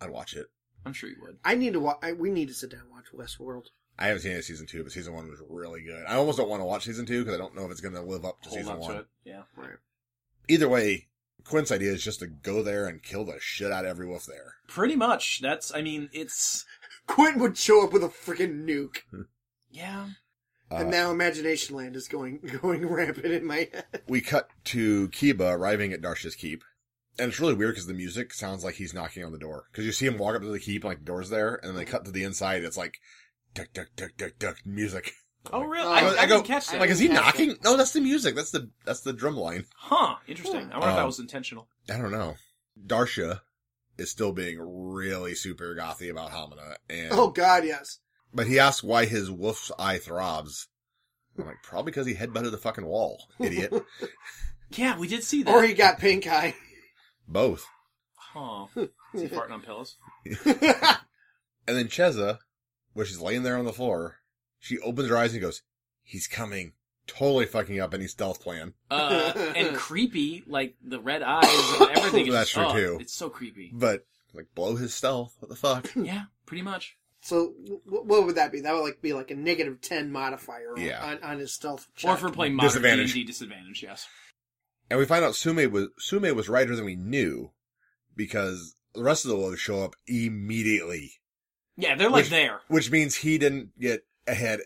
Speaker 4: I'd watch it.
Speaker 3: I'm sure you would.
Speaker 2: I need to watch. We need to sit down and watch Westworld.
Speaker 4: I haven't seen any of season two, but season one was really good. I almost don't want to watch season two because I don't know if it's going to live up to
Speaker 3: Hold
Speaker 4: season
Speaker 3: on
Speaker 4: one.
Speaker 3: to it. Yeah.
Speaker 2: Right.
Speaker 4: Either way, Quint's idea is just to go there and kill the shit out of every wolf there.
Speaker 3: Pretty much. That's. I mean, it's.
Speaker 2: Quentin would show up with a freaking nuke,
Speaker 3: Yeah.
Speaker 4: Uh,
Speaker 2: and now Imagination Land is going going rampant in my head.
Speaker 4: we cut to Kiba arriving at Darsha's keep. And it's really weird because the music sounds like he's knocking on the door. Because you see him walk up to the keep, and like the door's there, and then they cut to the inside. It's like duck, duck, duck, duck, duck music.
Speaker 3: Oh, really?
Speaker 2: Uh,
Speaker 3: I, I,
Speaker 4: I go-
Speaker 3: didn't catch that.
Speaker 4: Like, is he
Speaker 2: Fantastic.
Speaker 4: knocking? No, that's the music. That's the that's the drum line.
Speaker 3: huh. Interesting. I wonder if that
Speaker 4: Um,
Speaker 3: was intentional.
Speaker 4: I don't know. Darsha is still being really super gothy about Hamina, and
Speaker 2: Oh God, yes.
Speaker 4: but he asks why his wolf's eye throbs. I'm like, probably because he headbutted the fucking wall, idiot.
Speaker 3: Yeah, we did see that.
Speaker 2: Or he got pink eye.
Speaker 4: Both.
Speaker 3: huh. Is he farting on pillows?
Speaker 4: And then Cheza, which is laying there on the floor, she opens her eyes and goes, "He's coming." Totally fucking up any stealth plan.
Speaker 3: Uh, and creepy, like the red eyes and everything. is
Speaker 4: That's
Speaker 3: just-
Speaker 4: true,
Speaker 3: oh,
Speaker 4: too.
Speaker 3: It's so creepy.
Speaker 4: But like, blow his stealth. What the fuck?
Speaker 3: Yeah, pretty much.
Speaker 2: so w- what would that be? That would like be like a negative ten modifier on,
Speaker 4: Yeah.
Speaker 2: on, on his stealth. Check.
Speaker 3: Or for playing modern
Speaker 4: Disadvantage.
Speaker 3: D&D disadvantage, yes.
Speaker 4: And we find out Sume was Sume was righter than we knew, because the rest of the wolves show up immediately,
Speaker 3: Yeah, they're like
Speaker 4: Which-
Speaker 3: there.
Speaker 4: which means he didn't get ahead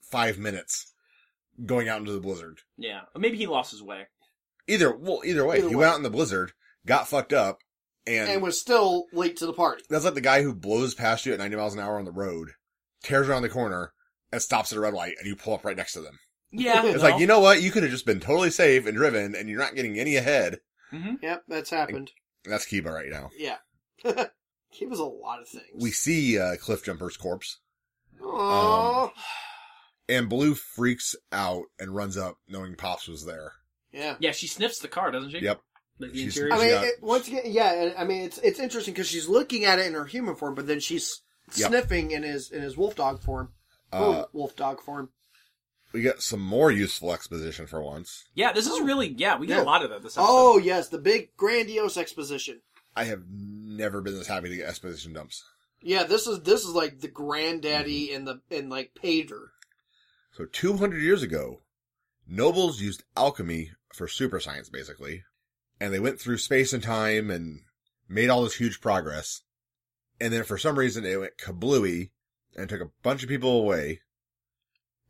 Speaker 4: five minutes going out into the blizzard.
Speaker 3: Yeah. Maybe he lost his way.
Speaker 4: Either well, either way,
Speaker 2: Either
Speaker 4: he
Speaker 2: way.
Speaker 4: went out in the blizzard, got fucked up, and,
Speaker 2: and was still late to the party.
Speaker 4: that's like the guy who blows past you at ninety miles an hour on the road, tears around the corner, and stops at a red light, and you pull up right next to them.
Speaker 3: Yeah.
Speaker 4: It's like you know what? You could have just been totally safe and driven, and you're not getting any ahead.
Speaker 3: hmm
Speaker 2: Yep, that's happened.
Speaker 4: And that's Kiba right now.
Speaker 2: Yeah, he was a lot of things.
Speaker 4: We see uh, Cliff Jumper's corpse.
Speaker 2: Aww.
Speaker 4: And Blue freaks out and runs up knowing Pops was there.
Speaker 2: yeah.
Speaker 3: Yeah, she sniffs the car, doesn't she?
Speaker 4: Yep.
Speaker 3: Like the
Speaker 4: She's-
Speaker 3: interior.
Speaker 2: I mean,
Speaker 4: Yeah.
Speaker 2: it, once again, yeah. and- I mean, it's it's interesting because she's looking at it in her human form, but then she's
Speaker 4: Yep.
Speaker 2: sniffing in his in his wolf dog form, her
Speaker 4: Uh,
Speaker 2: wolf dog form.
Speaker 4: we get some more useful exposition for once.
Speaker 3: yeah, this is really, yeah, we get
Speaker 2: Yeah.
Speaker 3: a lot of that this episode.
Speaker 2: Oh yes, the big grandiose exposition.
Speaker 4: I have never been this happy to get exposition dumps.
Speaker 2: Yeah, this is this is like the granddaddy and the and like Pater.
Speaker 4: So 200 years ago, nobles used alchemy for super science, basically. And they went through space and time and made all this huge progress. And then for some reason, it went kablooey and took a bunch of people away.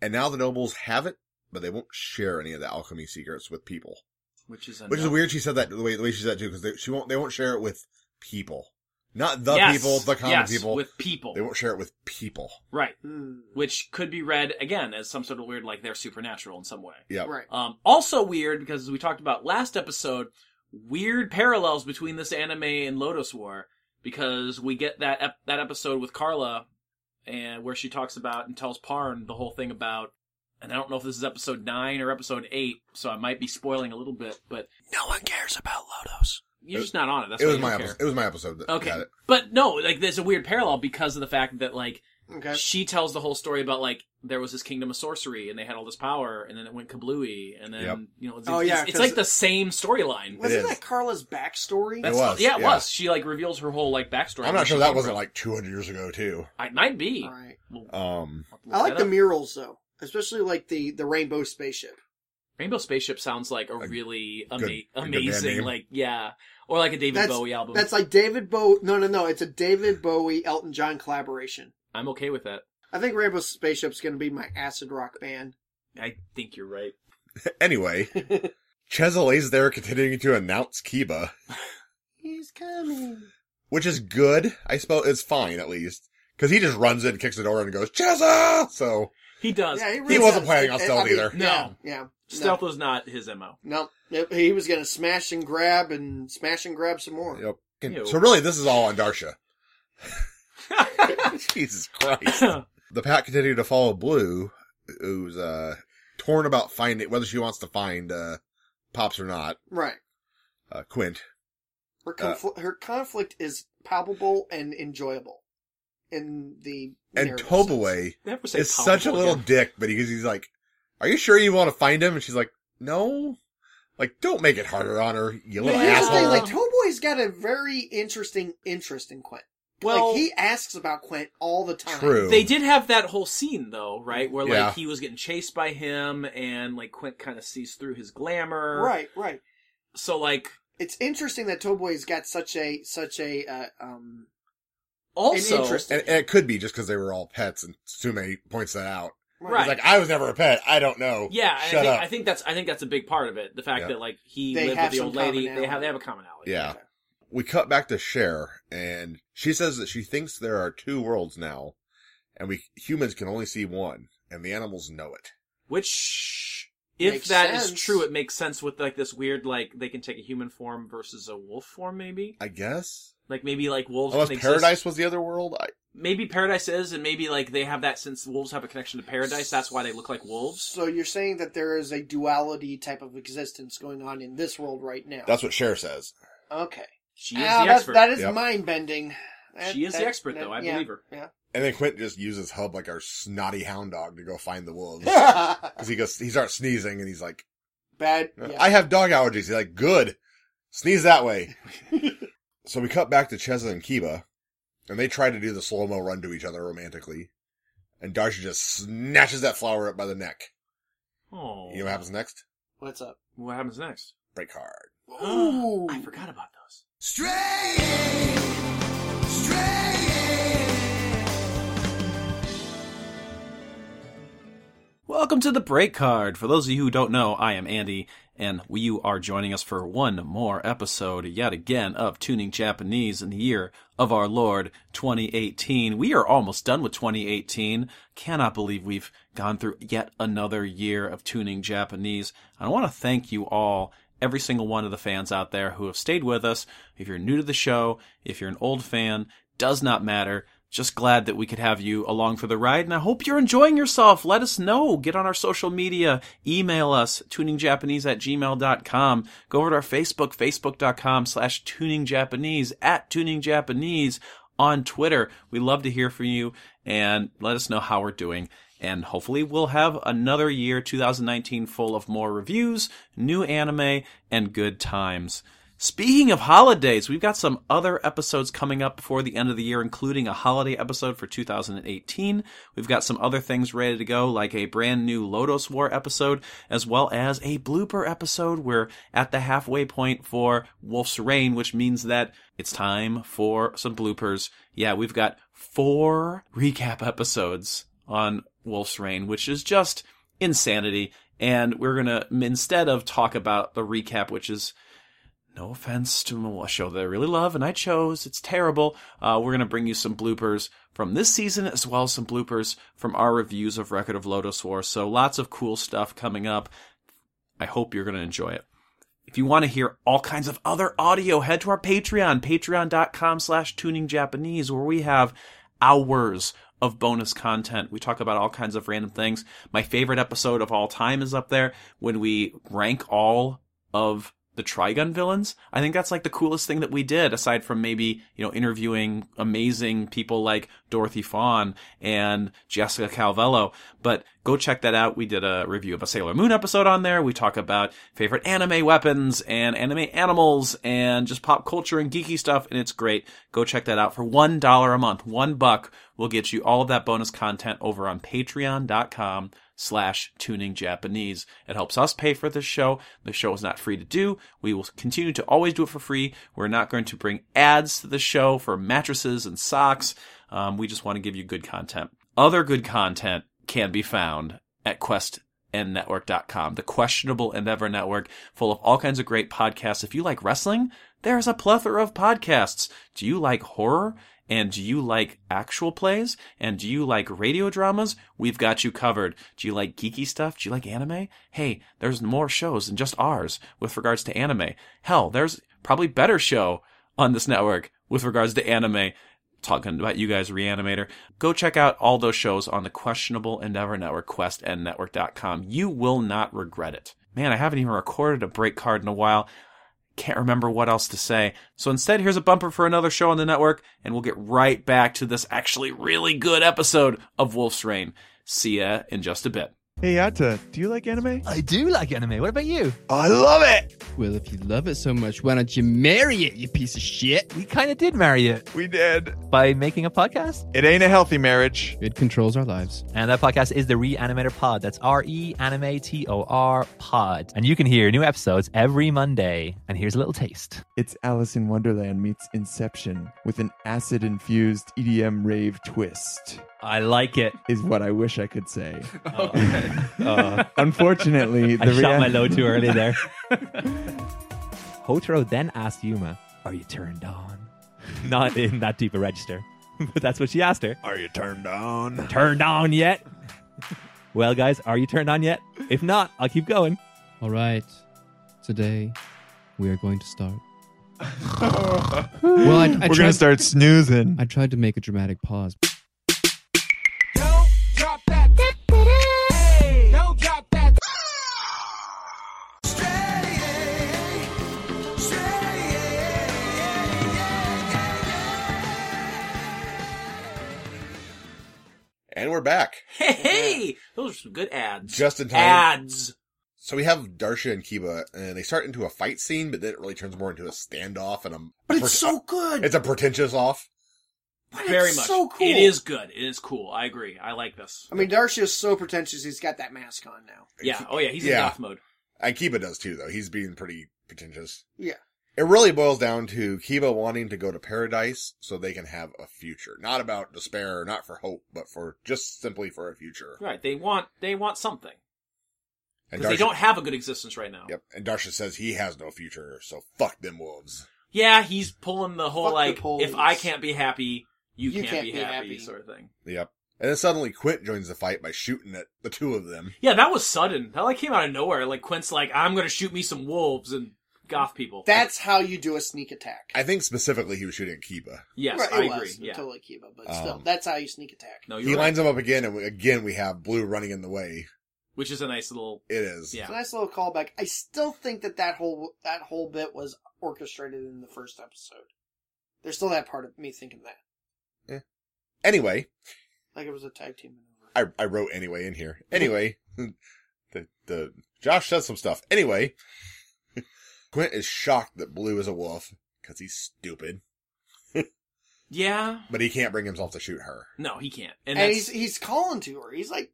Speaker 4: And now the nobles have it, but they won't share any of the alchemy secrets with people.
Speaker 3: Which is
Speaker 4: Which is
Speaker 3: another-
Speaker 4: weird. She said that the way the way she said it too, because they, she won't. They won't share it with people, not the
Speaker 3: Yes,
Speaker 4: people, the common
Speaker 3: yes,
Speaker 4: people.
Speaker 3: With people.
Speaker 4: They won't share it with people.
Speaker 3: Right.
Speaker 2: Hmm.
Speaker 3: Which could be read, again, as some sort of weird, like they're supernatural in some way.
Speaker 4: Yeah,
Speaker 2: Right.
Speaker 3: Um, also weird, because as we talked about last episode, weird parallels between this anime and Lotus War, because we get that ep- that episode with Carla and where she talks about and tells Parn the whole thing about. And I don't know if this is episode nine or episode eight, so I might be spoiling a little bit. But
Speaker 1: No one cares about Lodos.
Speaker 3: you're just not on it. That's
Speaker 4: it
Speaker 3: why
Speaker 4: was
Speaker 3: you don't
Speaker 4: my
Speaker 3: care.
Speaker 4: episode. It was my episode. That
Speaker 3: Okay,
Speaker 4: Got it.
Speaker 3: but no, like there's a weird parallel because of the fact that like
Speaker 2: Okay.
Speaker 3: she tells the whole story about like there was this kingdom of sorcery and they had all this power and then it went kablooey and then
Speaker 4: Yep.
Speaker 3: you know it's,
Speaker 2: Oh,
Speaker 3: it's-
Speaker 2: yeah,
Speaker 3: it's
Speaker 2: 'cause-
Speaker 3: like the same storyline.
Speaker 2: Wasn't
Speaker 4: is.
Speaker 2: that Carla's backstory?
Speaker 3: That's-
Speaker 4: was,
Speaker 3: yeah, it
Speaker 4: yeah.
Speaker 3: was. She like reveals her whole like backstory.
Speaker 4: I'm
Speaker 3: where
Speaker 4: not
Speaker 3: she
Speaker 4: sure that
Speaker 3: came
Speaker 4: wasn't
Speaker 3: from.
Speaker 4: like 200 years ago too.
Speaker 3: I might be.
Speaker 2: All right.
Speaker 3: We'll-
Speaker 4: Um,
Speaker 2: I
Speaker 3: I'll look
Speaker 2: like
Speaker 3: that
Speaker 2: the
Speaker 3: up.
Speaker 2: murals though, especially like the the rainbow spaceship.
Speaker 3: Rainbow Spaceship sounds like a, really ama-
Speaker 4: good- a good band
Speaker 3: amazing
Speaker 4: name.
Speaker 3: like yeah, or like a David
Speaker 2: That's-
Speaker 3: Bowie album.
Speaker 2: That's like David Bowie. No, no, no. It's a David Bowie Elton John collaboration.
Speaker 3: I'm okay with that.
Speaker 2: I think Rainbow Spaceship's going to be my acid rock band.
Speaker 3: I think you're right.
Speaker 4: anyway, Cheza lays there continuing to announce Kiba,
Speaker 2: He's coming.
Speaker 4: which is good. I suppose it's fine at least because he just runs in, kicks the door, and goes Cheza. So
Speaker 3: He does.
Speaker 2: Yeah,
Speaker 4: He wasn't planning on
Speaker 2: I- I
Speaker 4: stealth
Speaker 2: mean,
Speaker 4: either.
Speaker 2: Yeah,
Speaker 3: No.
Speaker 2: yeah.
Speaker 3: Stealth was not his mo.
Speaker 2: No, no. He was going to smash and grab and smash and grab some more.
Speaker 4: yep.
Speaker 3: Ew.
Speaker 4: So really, this is all on Darsha. Jesus Christ. The pack continue to follow Blue, who's uh torn about finding whether she wants to find uh Pops or not.
Speaker 2: Right.
Speaker 4: Uh Quint.
Speaker 2: Her
Speaker 4: Uh,
Speaker 2: confl- her conflict is palpable and enjoyable in the
Speaker 4: And
Speaker 2: narrative sense.
Speaker 4: Tobaway
Speaker 3: Never say
Speaker 4: is such a
Speaker 3: powerful
Speaker 4: little
Speaker 3: again.
Speaker 4: dick, but he's, he's like, "Are you sure you want to find him?" And she's like, "No." Like, don't make it harder on her, you little
Speaker 3: Yeah,
Speaker 2: Here's the
Speaker 4: asshole.
Speaker 2: thing, like Towboy's got a very interesting interest in Quint.
Speaker 3: Well-
Speaker 2: like, he asks about Quint all the time.
Speaker 4: True.
Speaker 3: They did have that whole scene though, right? Where like
Speaker 4: Yeah.
Speaker 3: he was getting chased by him, and like Quint kind of sees through his glamour.
Speaker 2: Right, right.
Speaker 3: So like
Speaker 2: It's interesting that Towboy's got such a such a uh, um
Speaker 3: also,
Speaker 2: interest-
Speaker 4: and, and it could be just because they were all pets, and Sume points that out.
Speaker 3: Right.
Speaker 4: He's like, "I was never a pet. I don't know."
Speaker 3: yeah, and I
Speaker 4: Shut
Speaker 3: think,
Speaker 4: up.
Speaker 3: I think that's I think that's a big part of it. The fact
Speaker 4: Yeah.
Speaker 3: that like he
Speaker 2: They
Speaker 3: lived
Speaker 2: have
Speaker 3: with the
Speaker 2: some
Speaker 3: old lady, they
Speaker 2: commonality.
Speaker 3: have they have a commonality.
Speaker 4: yeah.
Speaker 2: Okay.
Speaker 4: we cut back to Cher, and she says that she thinks there are two worlds now, and we humans can only see one, and the animals know it.
Speaker 3: Which, if
Speaker 2: Makes
Speaker 3: that is
Speaker 2: sense.
Speaker 3: true, it makes sense with like this weird like they can take a human form versus a wolf form, maybe.
Speaker 4: I guess.
Speaker 3: Like maybe like wolves.
Speaker 4: Unless
Speaker 3: can exist-
Speaker 4: paradise was the other world, I,
Speaker 3: Maybe paradise is, and maybe like they have that since wolves have a connection to paradise. That's why they look like wolves.
Speaker 2: So you're saying that there is a duality type of existence going on in this world right now.
Speaker 4: that's what Cher says.
Speaker 2: okay.
Speaker 3: She is
Speaker 2: Ow,
Speaker 3: the
Speaker 2: that's-
Speaker 3: expert.
Speaker 2: Oh, That is
Speaker 4: Yep.
Speaker 2: mind bending.
Speaker 3: She is the expert, though. I believe her.
Speaker 4: And then Quint just uses Hub like our snotty hound dog to go find the wolves.
Speaker 2: Yeah.
Speaker 4: Cause he goes, he starts sneezing and he's like,
Speaker 2: Bad. Yeah.
Speaker 4: I have dog allergies. He's like, good. Sneeze that way. so we cut back to Cheza and Kiba, and they try to do the slow mo run to each other romantically. And Darsha just snatches that flower up by the neck.
Speaker 3: Oh,
Speaker 4: You know what happens next?
Speaker 2: What's up?
Speaker 3: What happens next?
Speaker 4: Break hard.
Speaker 2: Ooh.
Speaker 3: I forgot about those. Welcome to the break card. For those of you who don't know, I am Andy, and you are joining us for one more episode, yet again, of Tuning Japanese in the year of our Lord 2018. We are almost done with 2018. Cannot believe we've gone through yet another year of Tuning Japanese. I want to thank you all every single one of the fans out there who have stayed with us. If you're new to the show, if you're an old fan, does not matter. Just glad that we could have you along for the ride, and I hope you're enjoying yourself. Let us know. Get on our social media. Email us, tuningjapanese at gmail.com. Go over to our Facebook, facebook.com slash tuningjapanese, at tuningjapanese on Twitter. We love to hear from you, and let us know how we're doing. And hopefully we'll have another year, 2019, full of more reviews, new anime, and good times. Speaking of holidays, we've got some other episodes coming up before the end of the year, including a holiday episode for 2018. We've got some other things ready to go, like a brand new Lodos War episode, as well as a blooper episode. We're at the halfway point for Wolf's Reign, which means that it's time for some bloopers. Yeah, we've got four recap episodes on Wolf's Reign, which is just insanity. And we're gonna, instead of talk about the recap, which is no offense to a show that I really love and I chose. It's terrible. Uh, we're going to bring you some bloopers from this season as well as some bloopers from our reviews of Record of Lotus War. So lots of cool stuff coming up. I hope you're going to enjoy it. If you want to hear all kinds of other audio, head to our Patreon, patreon.com slash tuningjapanese, where we have hours of bonus content. We talk about all kinds of random things. My favorite episode of all time is up there when we rank all of the Trigun villains. I think that's like the coolest thing that we did, aside from maybe, you know, interviewing amazing people like Dorothy Fawn and Jessica Calvello. But go check that out. We did a review of a Sailor Moon episode on there. We talk about favorite anime weapons and anime animals and just pop culture and geeky stuff. And it's great. Go check that out for $1 a month. One buck will get you all of that bonus content over on patreon.com slash tuning Japanese. It helps us pay for this show. The show is not free to do. We will continue to always do it for free. We're not going to bring ads to the show for mattresses and socks. Um, we just want to give you good content. Other good content can be found at Quest and network.com the questionable endeavor network full of all kinds of great podcasts if you like wrestling there's a plethora of podcasts do you like horror and do you like actual plays? And do you like radio dramas? We've got you covered. Do you like geeky stuff? Do you like anime? Hey, there's more shows than just ours with regards to anime. Hell, there's probably better show on this network with regards to anime. Talking about you guys, Reanimator. Go check out all those shows on the Questionable Endeavor Network, Quest and Network.com. You will not regret it. Man, I haven't even recorded a break card in a while can't remember what else to say. So instead, here's a bumper for another show on the network, and we'll get right back to this actually really good episode of Wolf's Rain. See ya in just a bit.
Speaker 5: Hey Atta, do you like anime?
Speaker 6: I do like anime. What about you?
Speaker 5: I love it!
Speaker 7: Well, if you love it so much, why don't you marry it, you piece of shit?
Speaker 6: We kind of did marry it
Speaker 5: We did.
Speaker 6: by making a podcast,
Speaker 5: It ain't a healthy marriage.
Speaker 7: It controls our lives.
Speaker 6: and that podcast is the Reanimator Pod. That's R E Anime T O R Pod. And you can hear new episodes every Monday. And here's a little taste.
Speaker 8: It's Alice in Wonderland meets Inception with an acid infused EDM rave twist,
Speaker 6: I like it.
Speaker 8: is what I wish I could say. Uh,
Speaker 6: Okay.
Speaker 8: Unfortunately,
Speaker 6: I
Speaker 8: the
Speaker 6: shot
Speaker 8: rea-
Speaker 6: my load too early there. Hotaro then asked Yuma, Are you turned on? Not in that deep a register, but that's what she asked her.
Speaker 5: Are you turned on?
Speaker 6: Turned on yet? well, guys, are you turned on yet? If not, I'll keep going.
Speaker 7: All right. Today, we are going to start.
Speaker 5: We're
Speaker 7: Well, I, I
Speaker 5: gonna
Speaker 7: tried,
Speaker 5: start snoozing.
Speaker 7: I tried to make a dramatic pause.
Speaker 4: And we're back.
Speaker 3: Hey, hey! Those are some good ads.
Speaker 4: Just in time.
Speaker 2: Ah.
Speaker 3: ads.
Speaker 4: So we have Darsha and Kiba, and they start into a fight scene, but then it really turns more into a standoff and a.
Speaker 2: But it's so good.
Speaker 4: It's a pretentious off.
Speaker 2: But it's
Speaker 3: Very much.
Speaker 2: so cool.
Speaker 3: It is good. It is cool. I agree. I like this.
Speaker 2: I mean, Darcy is so pretentious. He's got that mask on now.
Speaker 3: Yeah. Oh, yeah. He's in
Speaker 4: Yeah.
Speaker 3: goth mode.
Speaker 4: And Kiba does too, though. He's being pretty pretentious.
Speaker 2: Yeah.
Speaker 4: It really boils down to Kiba wanting to go to paradise so they can have a future. Not about despair, not for hope, but for just simply for a future.
Speaker 3: Right. They want. They want something
Speaker 4: And
Speaker 3: because they don't have a good existence right now.
Speaker 4: Yep. And Darsha says he has no future, so fuck them wolves.
Speaker 3: Yeah. He's pulling the whole
Speaker 2: Fuck the
Speaker 3: like,
Speaker 2: polls.
Speaker 3: if I can't be happy, you, can't, be, happy,
Speaker 2: happy.
Speaker 3: sort of thing.
Speaker 4: Yep. And then suddenly Quint joins the fight by shooting at the two of them.
Speaker 3: Yeah, that was sudden. That like came out of nowhere. Like Quint's like, I'm gonna shoot me some wolves and goth people.
Speaker 2: That's how you do a sneak attack.
Speaker 4: I think specifically he was shooting at Kiba.
Speaker 3: yes,
Speaker 2: Right,
Speaker 3: I
Speaker 2: it
Speaker 3: agree.
Speaker 2: was
Speaker 3: Yeah.
Speaker 2: totally Kiba, but still,
Speaker 4: Um,
Speaker 2: that's how you sneak attack.
Speaker 3: No,
Speaker 4: He
Speaker 3: Oh, you're right.
Speaker 4: lines them up again, and we, again we have Blue running in the way.
Speaker 3: Which is a nice little
Speaker 4: It is.
Speaker 3: yeah.
Speaker 2: It's a nice little callback. I still think that that whole that whole bit was orchestrated in the first episode. There's still that part of me thinking that,
Speaker 4: Anyway,
Speaker 2: like it was a tag team maneuver.
Speaker 4: I, I wrote anyway in here. Anyway, the, the, Josh says some stuff. Anyway, Quint is shocked that Blue is a wolf because he's stupid,
Speaker 3: Yeah.
Speaker 4: but he can't bring himself to shoot her.
Speaker 3: No, he can't. And,
Speaker 2: And, he's
Speaker 3: that's,
Speaker 2: he's calling to her. He's like,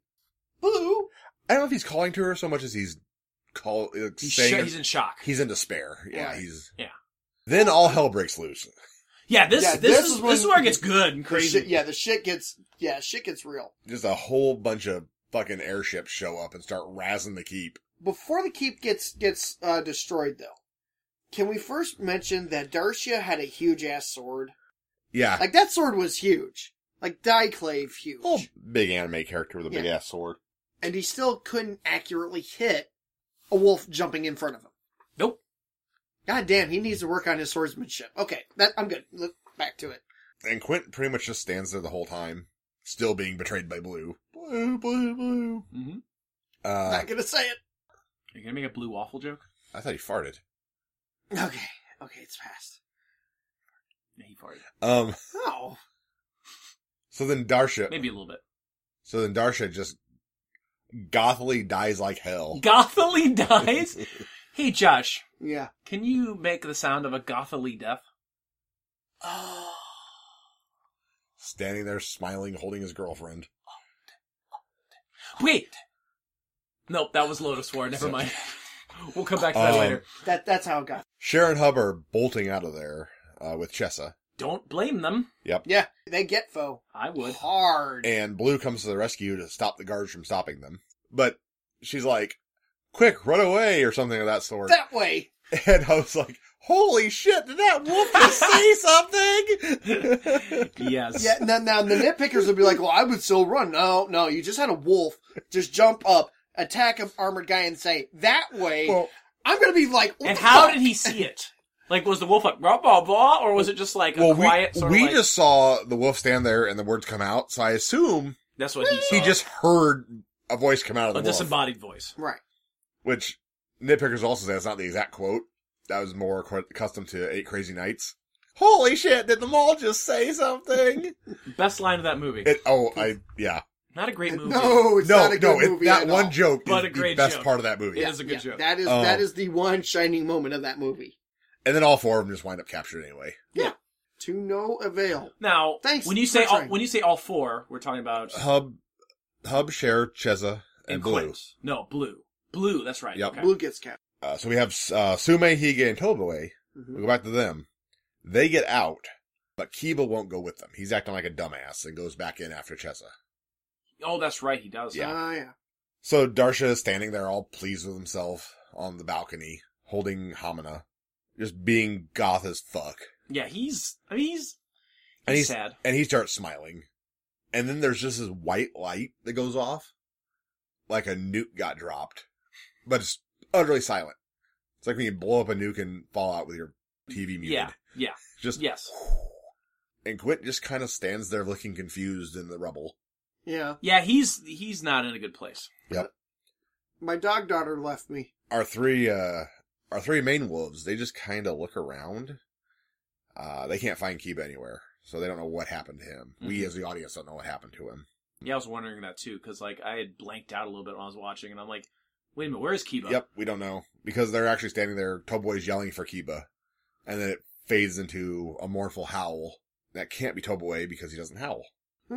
Speaker 2: "Blue,
Speaker 4: I don't know if he's calling to her so much as he's call, like,
Speaker 3: he's,
Speaker 4: saying
Speaker 3: sho- he's in shock.
Speaker 4: he's in despair. Yeah,
Speaker 2: Right.
Speaker 4: he's
Speaker 3: Yeah.
Speaker 4: Then all hell breaks loose.
Speaker 3: yeah, this
Speaker 2: Yeah,
Speaker 3: this,
Speaker 2: this
Speaker 3: is
Speaker 2: is when-
Speaker 3: this is where it gets good and
Speaker 2: The
Speaker 3: crazy.
Speaker 2: shit- yeah, the shit gets yeah, shit gets real.
Speaker 4: Just a whole bunch of fucking airships show up and start razzing the keep.
Speaker 2: Before the keep gets gets uh, destroyed, though, can we first mention that Darcia had a huge ass sword?
Speaker 4: Yeah,
Speaker 2: Like that sword was huge, like Dieclave huge,
Speaker 4: whole big anime character with a
Speaker 2: Yeah.
Speaker 4: big ass sword.
Speaker 2: and he still couldn't accurately hit a wolf jumping in front of him.
Speaker 3: Nope.
Speaker 2: God damn, he needs to work on his swordsmanship. Okay, that I'm good. Look back to it.
Speaker 4: And Quint pretty much just stands there the whole time. still being betrayed by Blue. Blue, Blue, Blue.
Speaker 3: Mm-hmm.
Speaker 4: Uh,
Speaker 2: Not gonna say it.
Speaker 3: Are you gonna make a blue waffle joke?
Speaker 4: I thought he farted.
Speaker 2: Okay, okay, it's past.
Speaker 3: Yeah, he farted.
Speaker 4: Um,
Speaker 2: Oh,
Speaker 4: so then Darsha.
Speaker 3: Maybe a little bit.
Speaker 4: So then Darsha just gothily dies like hell.
Speaker 3: Gothily dies. hey, Josh,
Speaker 2: yeah.
Speaker 3: can you make the sound of a gothily death?
Speaker 2: Oh,
Speaker 4: Standing there smiling, holding his girlfriend.
Speaker 3: Wait. Nope, that was Lotus War. Never
Speaker 4: So-
Speaker 3: mind. We'll come back to that
Speaker 4: Um,
Speaker 3: later.
Speaker 2: that that's how it got.
Speaker 4: Sharon Hubb are bolting out of there uh, with Chessa.
Speaker 3: Don't blame them.
Speaker 4: Yep.
Speaker 2: Yeah, they get foe
Speaker 3: I would.
Speaker 2: hard.
Speaker 4: And Blue comes to the rescue to stop the guards from stopping them. But she's like, quick, run away, or something of that sort.
Speaker 2: that way.
Speaker 4: And I was like, holy shit, did that wolf just say something?
Speaker 3: Yes.
Speaker 2: Yeah, now, now the nitpickers would be like, "Well, I would still run." No, no, you just had a wolf. Just jump up, attack an armored guy, and say that way.
Speaker 4: well,
Speaker 2: I'm gonna be like, what
Speaker 3: And
Speaker 2: the
Speaker 3: how
Speaker 2: fuck?
Speaker 3: did he see it? Like, was the wolf like blah blah blah, or was it just like a
Speaker 4: well
Speaker 3: quiet
Speaker 4: we,
Speaker 3: sort
Speaker 4: we
Speaker 3: of like?
Speaker 4: just saw the wolf stand there and the words come out, so I assume
Speaker 3: that's what he saw.
Speaker 4: he just heard a voice come out of
Speaker 3: Uh, a
Speaker 4: the wolf.
Speaker 3: disembodied voice.
Speaker 2: Right.
Speaker 4: which nitpickers also say it's not the exact quote. That was more qu- accustomed to Eight Crazy Nights. Holy shit! Did the mall just say something?
Speaker 3: Best line of that movie.
Speaker 4: it, oh, I yeah.
Speaker 3: Not a great movie.
Speaker 2: No, it's
Speaker 4: no,
Speaker 2: not a good
Speaker 4: no. It,
Speaker 2: movie
Speaker 4: that
Speaker 2: at
Speaker 4: one
Speaker 2: all.
Speaker 4: joke
Speaker 3: But a
Speaker 4: is the
Speaker 3: great
Speaker 4: best
Speaker 3: joke.
Speaker 4: part of that movie.
Speaker 3: It is a good joke.
Speaker 2: That is
Speaker 4: Um,
Speaker 2: that is the one shining moment of that movie.
Speaker 4: And then all four of them just wind up captured anyway.
Speaker 2: To no avail.
Speaker 3: Now,
Speaker 2: Thanks
Speaker 3: when you
Speaker 2: for
Speaker 3: say all,
Speaker 2: trying.
Speaker 3: when you say all four, we're talking about
Speaker 4: Hub, Hub, Share, Cheza, and, Uh, Blue.
Speaker 3: Quint. No, blue, blue. That's right.
Speaker 4: Yep.
Speaker 3: Okay.
Speaker 2: Blue gets capped.
Speaker 4: Uh, so we have uh, Sume, Hige, and Toboe. We
Speaker 2: Mhm.
Speaker 4: go back to them. They get out, but Kiba won't go with them. He's acting like a dumbass and goes back in after Cheza.
Speaker 3: Oh, that's right. He does.
Speaker 4: Yeah.
Speaker 2: Ah, yeah.
Speaker 4: So Darsha is standing there all pleased with himself on the balcony, holding Hamina, just being goth as fuck.
Speaker 3: Yeah. He's. I mean, he's.
Speaker 4: And
Speaker 3: He's
Speaker 4: he's,
Speaker 3: sad.
Speaker 4: and he starts smiling. And then there's just this white light that goes off, like a nuke got dropped, but it's utterly silent. It's like when you blow up a nuke and fall out with your TV muted.
Speaker 3: Yeah. Yeah.
Speaker 4: Just,
Speaker 3: Yes.
Speaker 4: and Quint just kind of stands there looking confused in the rubble.
Speaker 2: Yeah.
Speaker 3: Yeah. He's. He's not in a good place.
Speaker 2: My dog daughter left me.
Speaker 4: our three uh our three main wolves they just kind of look around uh they can't find kiba anywhere so they don't know what happened to him we
Speaker 3: Mhm.
Speaker 4: as the audience don't know what happened to him
Speaker 3: Yeah, I was wondering that too, because like I had blanked out a little bit when I was watching, and I'm like, wait a minute, where is Kiba?
Speaker 4: yep we don't know because they're actually standing there toboy's yelling for kiba and then it fades into a mournful howl that can't be toboy because he doesn't howl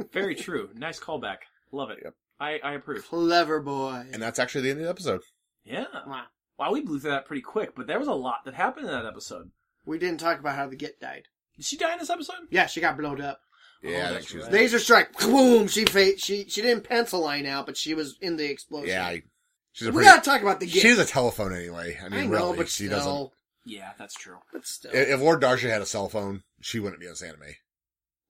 Speaker 3: Very true. Nice callback. Love it.
Speaker 4: Yep.
Speaker 3: I I approve.
Speaker 2: Clever boy.
Speaker 4: and that's actually the end of the episode
Speaker 3: Yeah.
Speaker 2: Wow.
Speaker 3: Wow, we blew through that pretty quick, but there was a lot that happened in that episode.
Speaker 2: We didn't talk about how the get died.
Speaker 3: Did she die in this episode?
Speaker 2: Yeah, she got blown up.
Speaker 4: yeah
Speaker 3: that's
Speaker 4: I think she's
Speaker 3: right.
Speaker 2: Laser strike. Boom. She fa- She she didn't pencil line out, but she was in the explosion.
Speaker 4: yeah I- she's a
Speaker 2: we
Speaker 4: pretty
Speaker 2: gotta talk about the get.
Speaker 4: she's a telephone anyway i
Speaker 2: I,
Speaker 4: mean
Speaker 2: know,
Speaker 4: really
Speaker 2: but
Speaker 4: she
Speaker 2: still,
Speaker 4: doesn't
Speaker 3: Yeah, that's true.
Speaker 2: but still,
Speaker 4: if if lord darsha had a cell phone she wouldn't be in this anime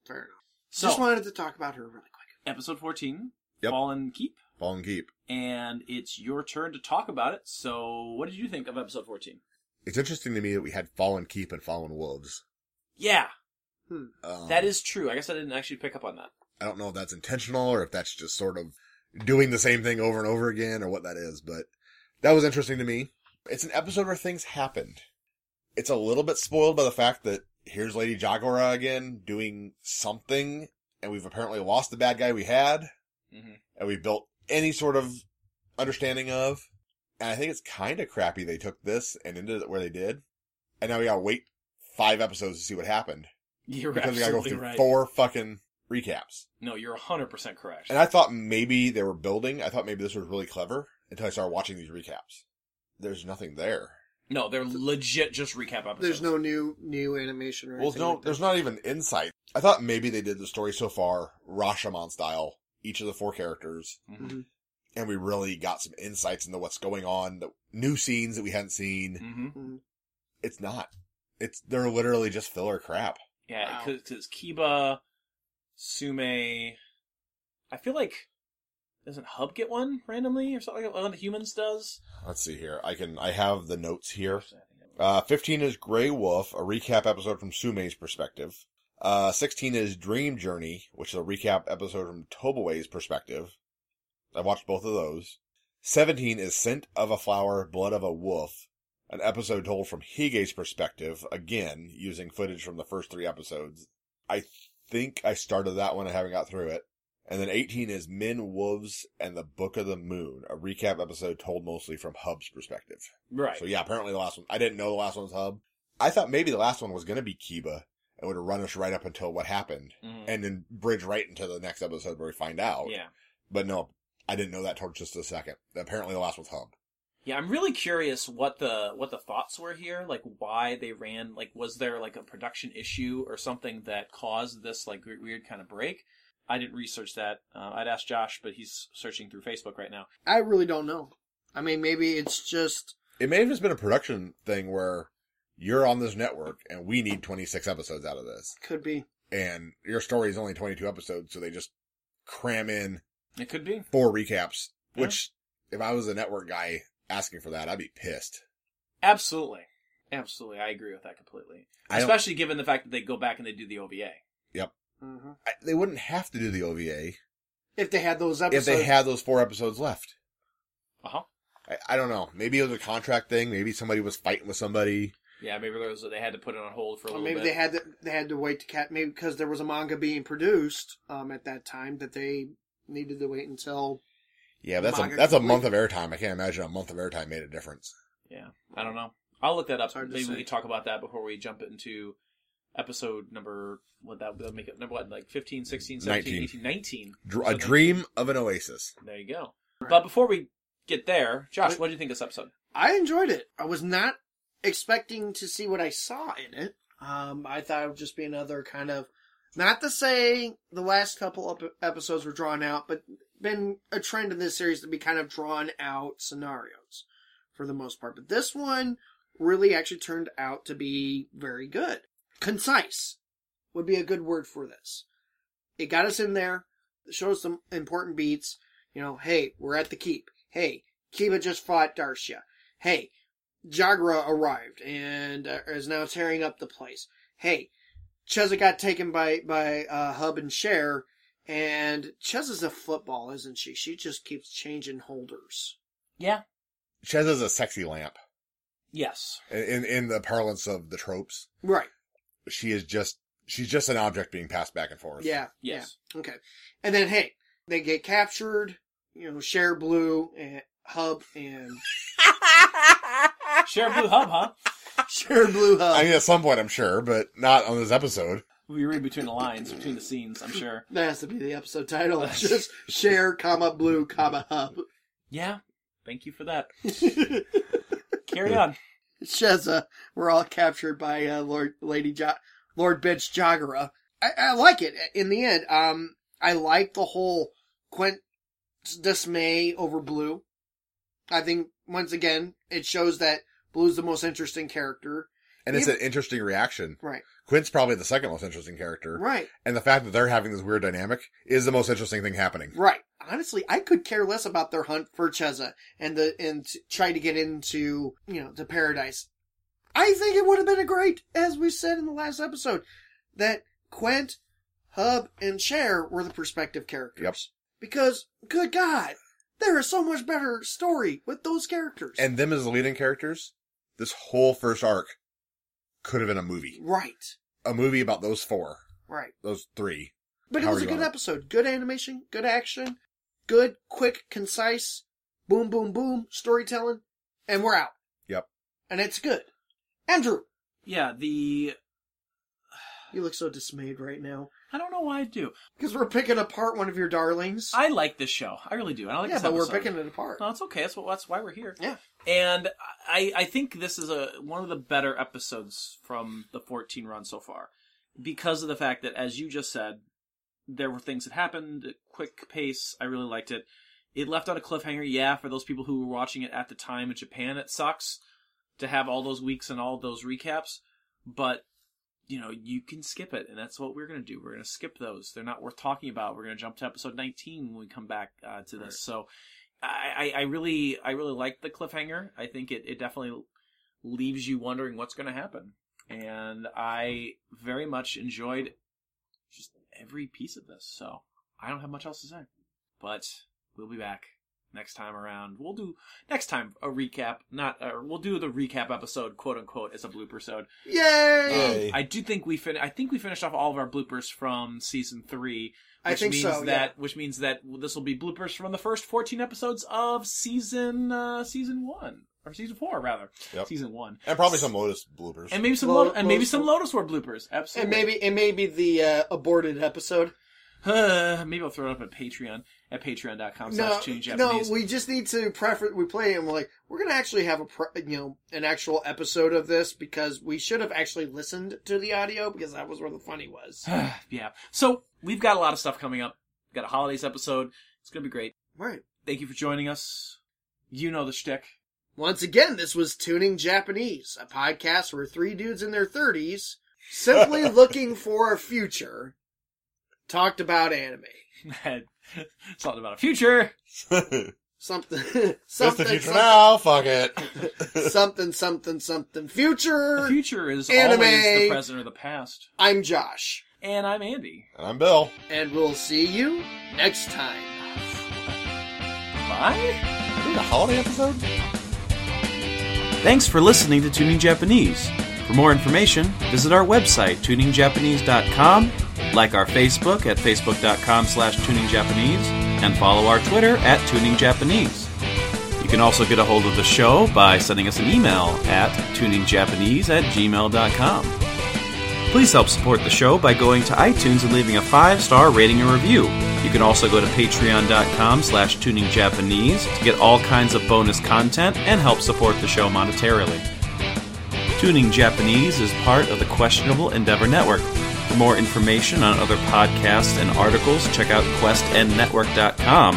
Speaker 2: fair enough.
Speaker 3: So,
Speaker 2: Just wanted to talk about her really quick.
Speaker 3: episode 14,
Speaker 4: Yep.
Speaker 3: Fallen Keep,
Speaker 4: fall and keep
Speaker 3: and it's your turn to talk about it. So, what did you think of episode 14?
Speaker 4: it's interesting to me that we had fallen keep and fallen wolves.
Speaker 3: Yeah,
Speaker 4: Um,
Speaker 3: that is true. I guess I didn't actually pick up on that.
Speaker 4: I don't know if that's intentional or if that's just sort of doing the same thing over and over again or what that is, but that was interesting to me. It's an episode where things happened. It's a little bit spoiled by the fact that here's Lady Jagora again doing something, and we've apparently lost the bad guy we had,
Speaker 3: Mhm.
Speaker 4: and we built any sort of understanding of. And I think it's kind of crappy they took this and ended it where they did, and now we gotta wait five episodes to see what happened
Speaker 3: You're
Speaker 4: because we gotta go
Speaker 3: absolutely
Speaker 4: through
Speaker 3: right.
Speaker 4: four fucking recaps.
Speaker 3: No, you're 100% correct.
Speaker 4: And I thought maybe they were building. I thought maybe this was really clever until I started watching these recaps. There's nothing there.
Speaker 3: no, they're legit just recap episodes.
Speaker 2: There's no new new animation or
Speaker 4: Oh, Well,
Speaker 2: anything.
Speaker 4: no,
Speaker 2: like that.
Speaker 4: there's not even insight. I thought maybe they did the story so far Rashomon style, each of the four characters,
Speaker 3: Mm-hmm.
Speaker 2: Mhm.
Speaker 4: and we really got some insights into what's going on, the new scenes that we hadn't seen.
Speaker 3: hmm
Speaker 4: It's not. It's they're literally just filler crap.
Speaker 3: Yeah,
Speaker 2: Wow.
Speaker 3: because it's Kiba, Sume. I feel like doesn't Hub get one randomly or something? like One of the humans does.
Speaker 4: Let's see here. I can. I have the Uh, notes here. Uh, 15 is Grey Wolf, a recap episode from Sume's perspective. Uh, 16 is Dream Journey, which is a recap episode from Tobaway's perspective. I watched both of those. 17 is Scent of a Flower, Blood of a Wolf, an episode told from Hige's perspective, again, using footage from the first three episodes. I think I started that one and haven't got through it. And then 18 is Men, Wolves, and the Book of the Moon, a recap episode told mostly from Hub's perspective.
Speaker 3: Right.
Speaker 4: So yeah, apparently the last one. I didn't know the last one was Hub. I thought maybe the last one was going to be Kiba and would have run us right up until what happened
Speaker 3: Mhm.
Speaker 4: and then bridge right into the next episode where we find out.
Speaker 3: yeah.
Speaker 4: But no, I didn't know that till just a second. Apparently the last was Hub.
Speaker 3: Yeah, I'm really curious what the what the thoughts were here, like why they ran, like was there like a production issue or something that caused this like weird, weird kind of break? I didn't research that. Uh, I'd ask Josh, but he's searching through Facebook right now.
Speaker 2: I really don't know. I mean, maybe it's just
Speaker 4: It may have just been a production thing where you're on this network and we need 26 episodes out of this.
Speaker 2: could be.
Speaker 4: And your story is only 22 episodes, so they just cram in
Speaker 3: It could be.
Speaker 4: four recaps,
Speaker 3: Yeah.
Speaker 4: which if I was a network guy asking for that, I'd be pissed.
Speaker 3: Absolutely. Absolutely. I agree with that completely.
Speaker 4: I don't-
Speaker 3: Especially given the fact that they go back and they do the OVA.
Speaker 2: Mhm.
Speaker 4: I, they wouldn't have to do the OVA
Speaker 2: If they had those episodes,
Speaker 4: if they had those four episodes left.
Speaker 3: Uh huh.
Speaker 4: I, I don't know. Maybe it was a contract thing. Maybe somebody was fighting with somebody.
Speaker 3: Yeah, maybe there was, they had to put it on hold for a
Speaker 2: or
Speaker 3: little
Speaker 2: maybe
Speaker 3: bit.
Speaker 2: they had to, they had to wait to cat maybe because there was a manga being produced um, at that time that they needed to wait until.
Speaker 4: Yeah, but that's
Speaker 2: Manga
Speaker 4: a that's a
Speaker 2: complete.
Speaker 4: month of airtime. I can't imagine a month of airtime made a difference.
Speaker 3: Yeah, I don't know. I'll look that up.
Speaker 2: It's hard to
Speaker 3: Maybe we
Speaker 2: say.
Speaker 3: can talk about that before we jump into episode number what that would make it number what like 15 16 17
Speaker 4: 19.
Speaker 3: 18 19
Speaker 4: Dr-
Speaker 3: So
Speaker 4: a
Speaker 3: then-
Speaker 4: dream of an oasis.
Speaker 3: there you go but before we get there josh
Speaker 2: Wait.
Speaker 3: what do you think of this episode
Speaker 2: I enjoyed it. I was not expecting to see what I saw in it. Um, I thought it would just be another kind of not to say the last couple of episodes were drawn out, but been a trend in this series to be kind of drawn out scenarios for the most part. But this one really actually turned out to be very good. Concise would be a good word for this. It got us in there, showed us some important beats. You know, hey, we're at the keep. Hey, Kiba just fought Darcia. Hey, Jagra arrived and uh, is now tearing up the place. Hey, Cheza got taken by by uh, Hub and Share, and Cheza's a football, isn't she? She just keeps changing holders.
Speaker 3: yeah
Speaker 4: Chez is a sexy lamp
Speaker 3: yes
Speaker 4: in, in in the parlance of the tropes.
Speaker 2: Right.
Speaker 4: She is just she's just an object being passed back and forth.
Speaker 2: Yeah. Yeah.
Speaker 3: yes
Speaker 2: Okay. And then, hey, they get captured. You know, Share Blue and Hub and
Speaker 3: share blue hub huh
Speaker 2: Share Blue Hub.
Speaker 4: I mean, at some point, I'm sure, but not on this episode.
Speaker 3: we read between the lines between the scenes i'm sure
Speaker 2: that has to be the episode title. Just Share, comma Blue, comma Hub.
Speaker 3: yeah thank you for that carry on
Speaker 2: Sheza were all captured by uh, Lord Lady jo- Lord Bitch Jagara. I, I like it in the end. Um, I like the whole Quint's dismay over Blue. I think once again it shows that Blue's the most interesting character.
Speaker 4: And it's
Speaker 2: Yeah.
Speaker 4: an interesting reaction.
Speaker 2: Right.
Speaker 4: Quint's probably the second most interesting character.
Speaker 2: Right.
Speaker 4: And the fact that they're having this weird dynamic is the most interesting thing happening.
Speaker 2: Right. Honestly, I could care less about their hunt for Cheza and the and t- try to get into you know to paradise. I think it would have been a great, as we said in the last episode, that Quint, Hub, and Cher were the prospective characters.
Speaker 4: Yep.
Speaker 2: Because good God, there is so much better story with those characters.
Speaker 4: And them as the leading characters, this whole first arc could have been a movie.
Speaker 2: right,
Speaker 4: A movie about those four,
Speaker 2: right.
Speaker 4: those three.
Speaker 2: But it
Speaker 4: How
Speaker 2: was
Speaker 4: are
Speaker 2: a
Speaker 4: you
Speaker 2: good
Speaker 4: on it?
Speaker 2: episode. Good animation, good action, good, quick, concise, boom, boom, boom storytelling, and we're out.
Speaker 4: Yep.
Speaker 2: And it's good. Andrew,
Speaker 3: yeah the
Speaker 2: you look so dismayed right now
Speaker 3: i don't know why i do
Speaker 2: because we're picking apart one of your darlings.
Speaker 3: i like this show i really do i like
Speaker 2: yeah,
Speaker 3: this
Speaker 2: but we're
Speaker 3: episode.
Speaker 2: picking it apart.
Speaker 3: No, it's okay. That's what. That's why we're here.
Speaker 2: Yeah.
Speaker 3: And I, I think this is a one of the better episodes from the 14 run so far, because of the fact that, as you just said, there were things that happened. Quick pace. I really liked it. It left on a cliffhanger. Yeah, for those people who were watching it at the time in Japan, it sucks to have all those weeks and all those recaps, but you know you can skip it, and that's what we're gonna do. We're gonna skip those. They're not worth talking about. We're gonna jump to episode 19 when we come back uh, to this. So. I, I I really I really like the cliffhanger. I think it, it definitely leaves you wondering what's going to happen, and I very much enjoyed just every piece of this. So I don't have much else to say. But we'll be back next time around. We'll do next time a recap, not uh, we'll do the recap episode, quote unquote, as a blooper sode.
Speaker 2: Yay!
Speaker 3: I do think we fin- I think we finished off all of our bloopers from season three.
Speaker 2: I
Speaker 3: Which
Speaker 2: think
Speaker 3: means
Speaker 2: so, yeah.
Speaker 3: That which means that this will be bloopers from the first fourteen episodes of season uh, season one or season four rather.
Speaker 4: Yep.
Speaker 3: Season one
Speaker 4: And probably some Lotus bloopers.
Speaker 3: and maybe some
Speaker 2: Lo-
Speaker 3: Lo- and maybe
Speaker 2: Lotus
Speaker 3: some
Speaker 2: War.
Speaker 3: Lotus War bloopers. Absolutely.
Speaker 2: and maybe and maybe the uh, aborted episode.
Speaker 3: Uh, maybe I'll throw it up at Patreon at patreon.com slash tuning
Speaker 2: no,
Speaker 3: Japanese.
Speaker 2: we just need to prefer. We play and we're like, we're gonna actually have a pre- you know an actual episode of this because we should have actually listened to the audio because that was where the funny was.
Speaker 3: yeah. So we've got a lot of stuff coming up. We've got a holidays episode. It's gonna be great.
Speaker 2: right.
Speaker 3: Thank you for joining us. You know the shtick.
Speaker 2: Once again, this was Tuning Japanese, a podcast where three dudes in their thirties simply looking for a future talked about anime.
Speaker 3: it's not about a future.
Speaker 4: it's
Speaker 2: Something,
Speaker 4: the
Speaker 2: something,
Speaker 4: future
Speaker 2: something,
Speaker 4: now. Fuck it.
Speaker 2: something, something, something.
Speaker 3: The
Speaker 2: Future.
Speaker 3: future is
Speaker 2: Anime.
Speaker 3: always the present or the past.
Speaker 2: I'm Josh,
Speaker 3: And I'm Andy.
Speaker 4: and I'm Bill.
Speaker 2: and we'll see you next time.
Speaker 3: Bye.
Speaker 4: Are we in a holiday episode?
Speaker 9: Thanks for listening to Tuning Japanese. For more information, visit our website, tuningjapanese.com, like our Facebook at facebook.com slash tuningjapanese, and follow our Twitter at tuningjapanese. You can also get a hold of the show by sending us an email at tuningjapanese at gmail.com. Please help support the show by going to iTunes and leaving a five-star rating and review. You can also go to patreon.com slash tuningjapanese to get all kinds of bonus content and help support the show monetarily. Tuning Japanese is part of the Questionable Endeavor Network. For more information on other podcasts and articles, check out questnetwork.com.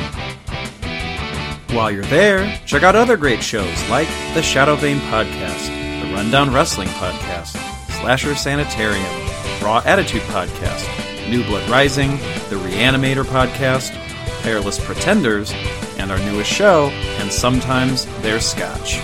Speaker 9: While you're there, check out other great shows like the Shadow Vein Podcast, the Rundown Wrestling Podcast, Slasher Sanitarium, Raw Attitude Podcast, New Blood Rising, the Reanimator Podcast, Hairless Pretenders, and our newest show, and sometimes there's Scotch.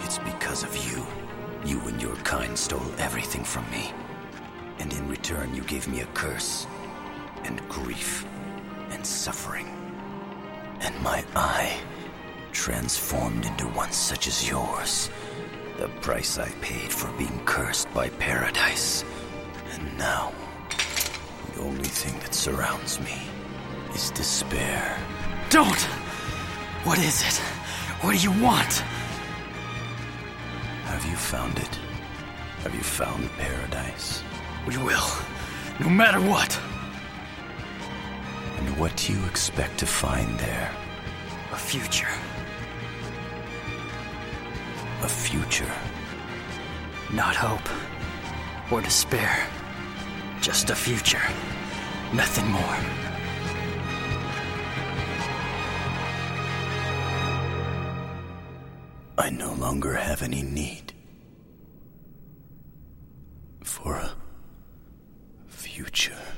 Speaker 10: It's because of you. You and your kind stole everything from me. And in return, you gave me a curse, and grief, and suffering. And my eye, transformed into one such as yours, the price I paid for being cursed by paradise. And now, the only thing that surrounds me is despair. Don't! What is it? What do you want? Have you found it? Have you found paradise? We will, no matter what. And what do you expect to find there? A future. A future. Not hope or despair. Just a future. Nothing more. I no longer have any need for a future.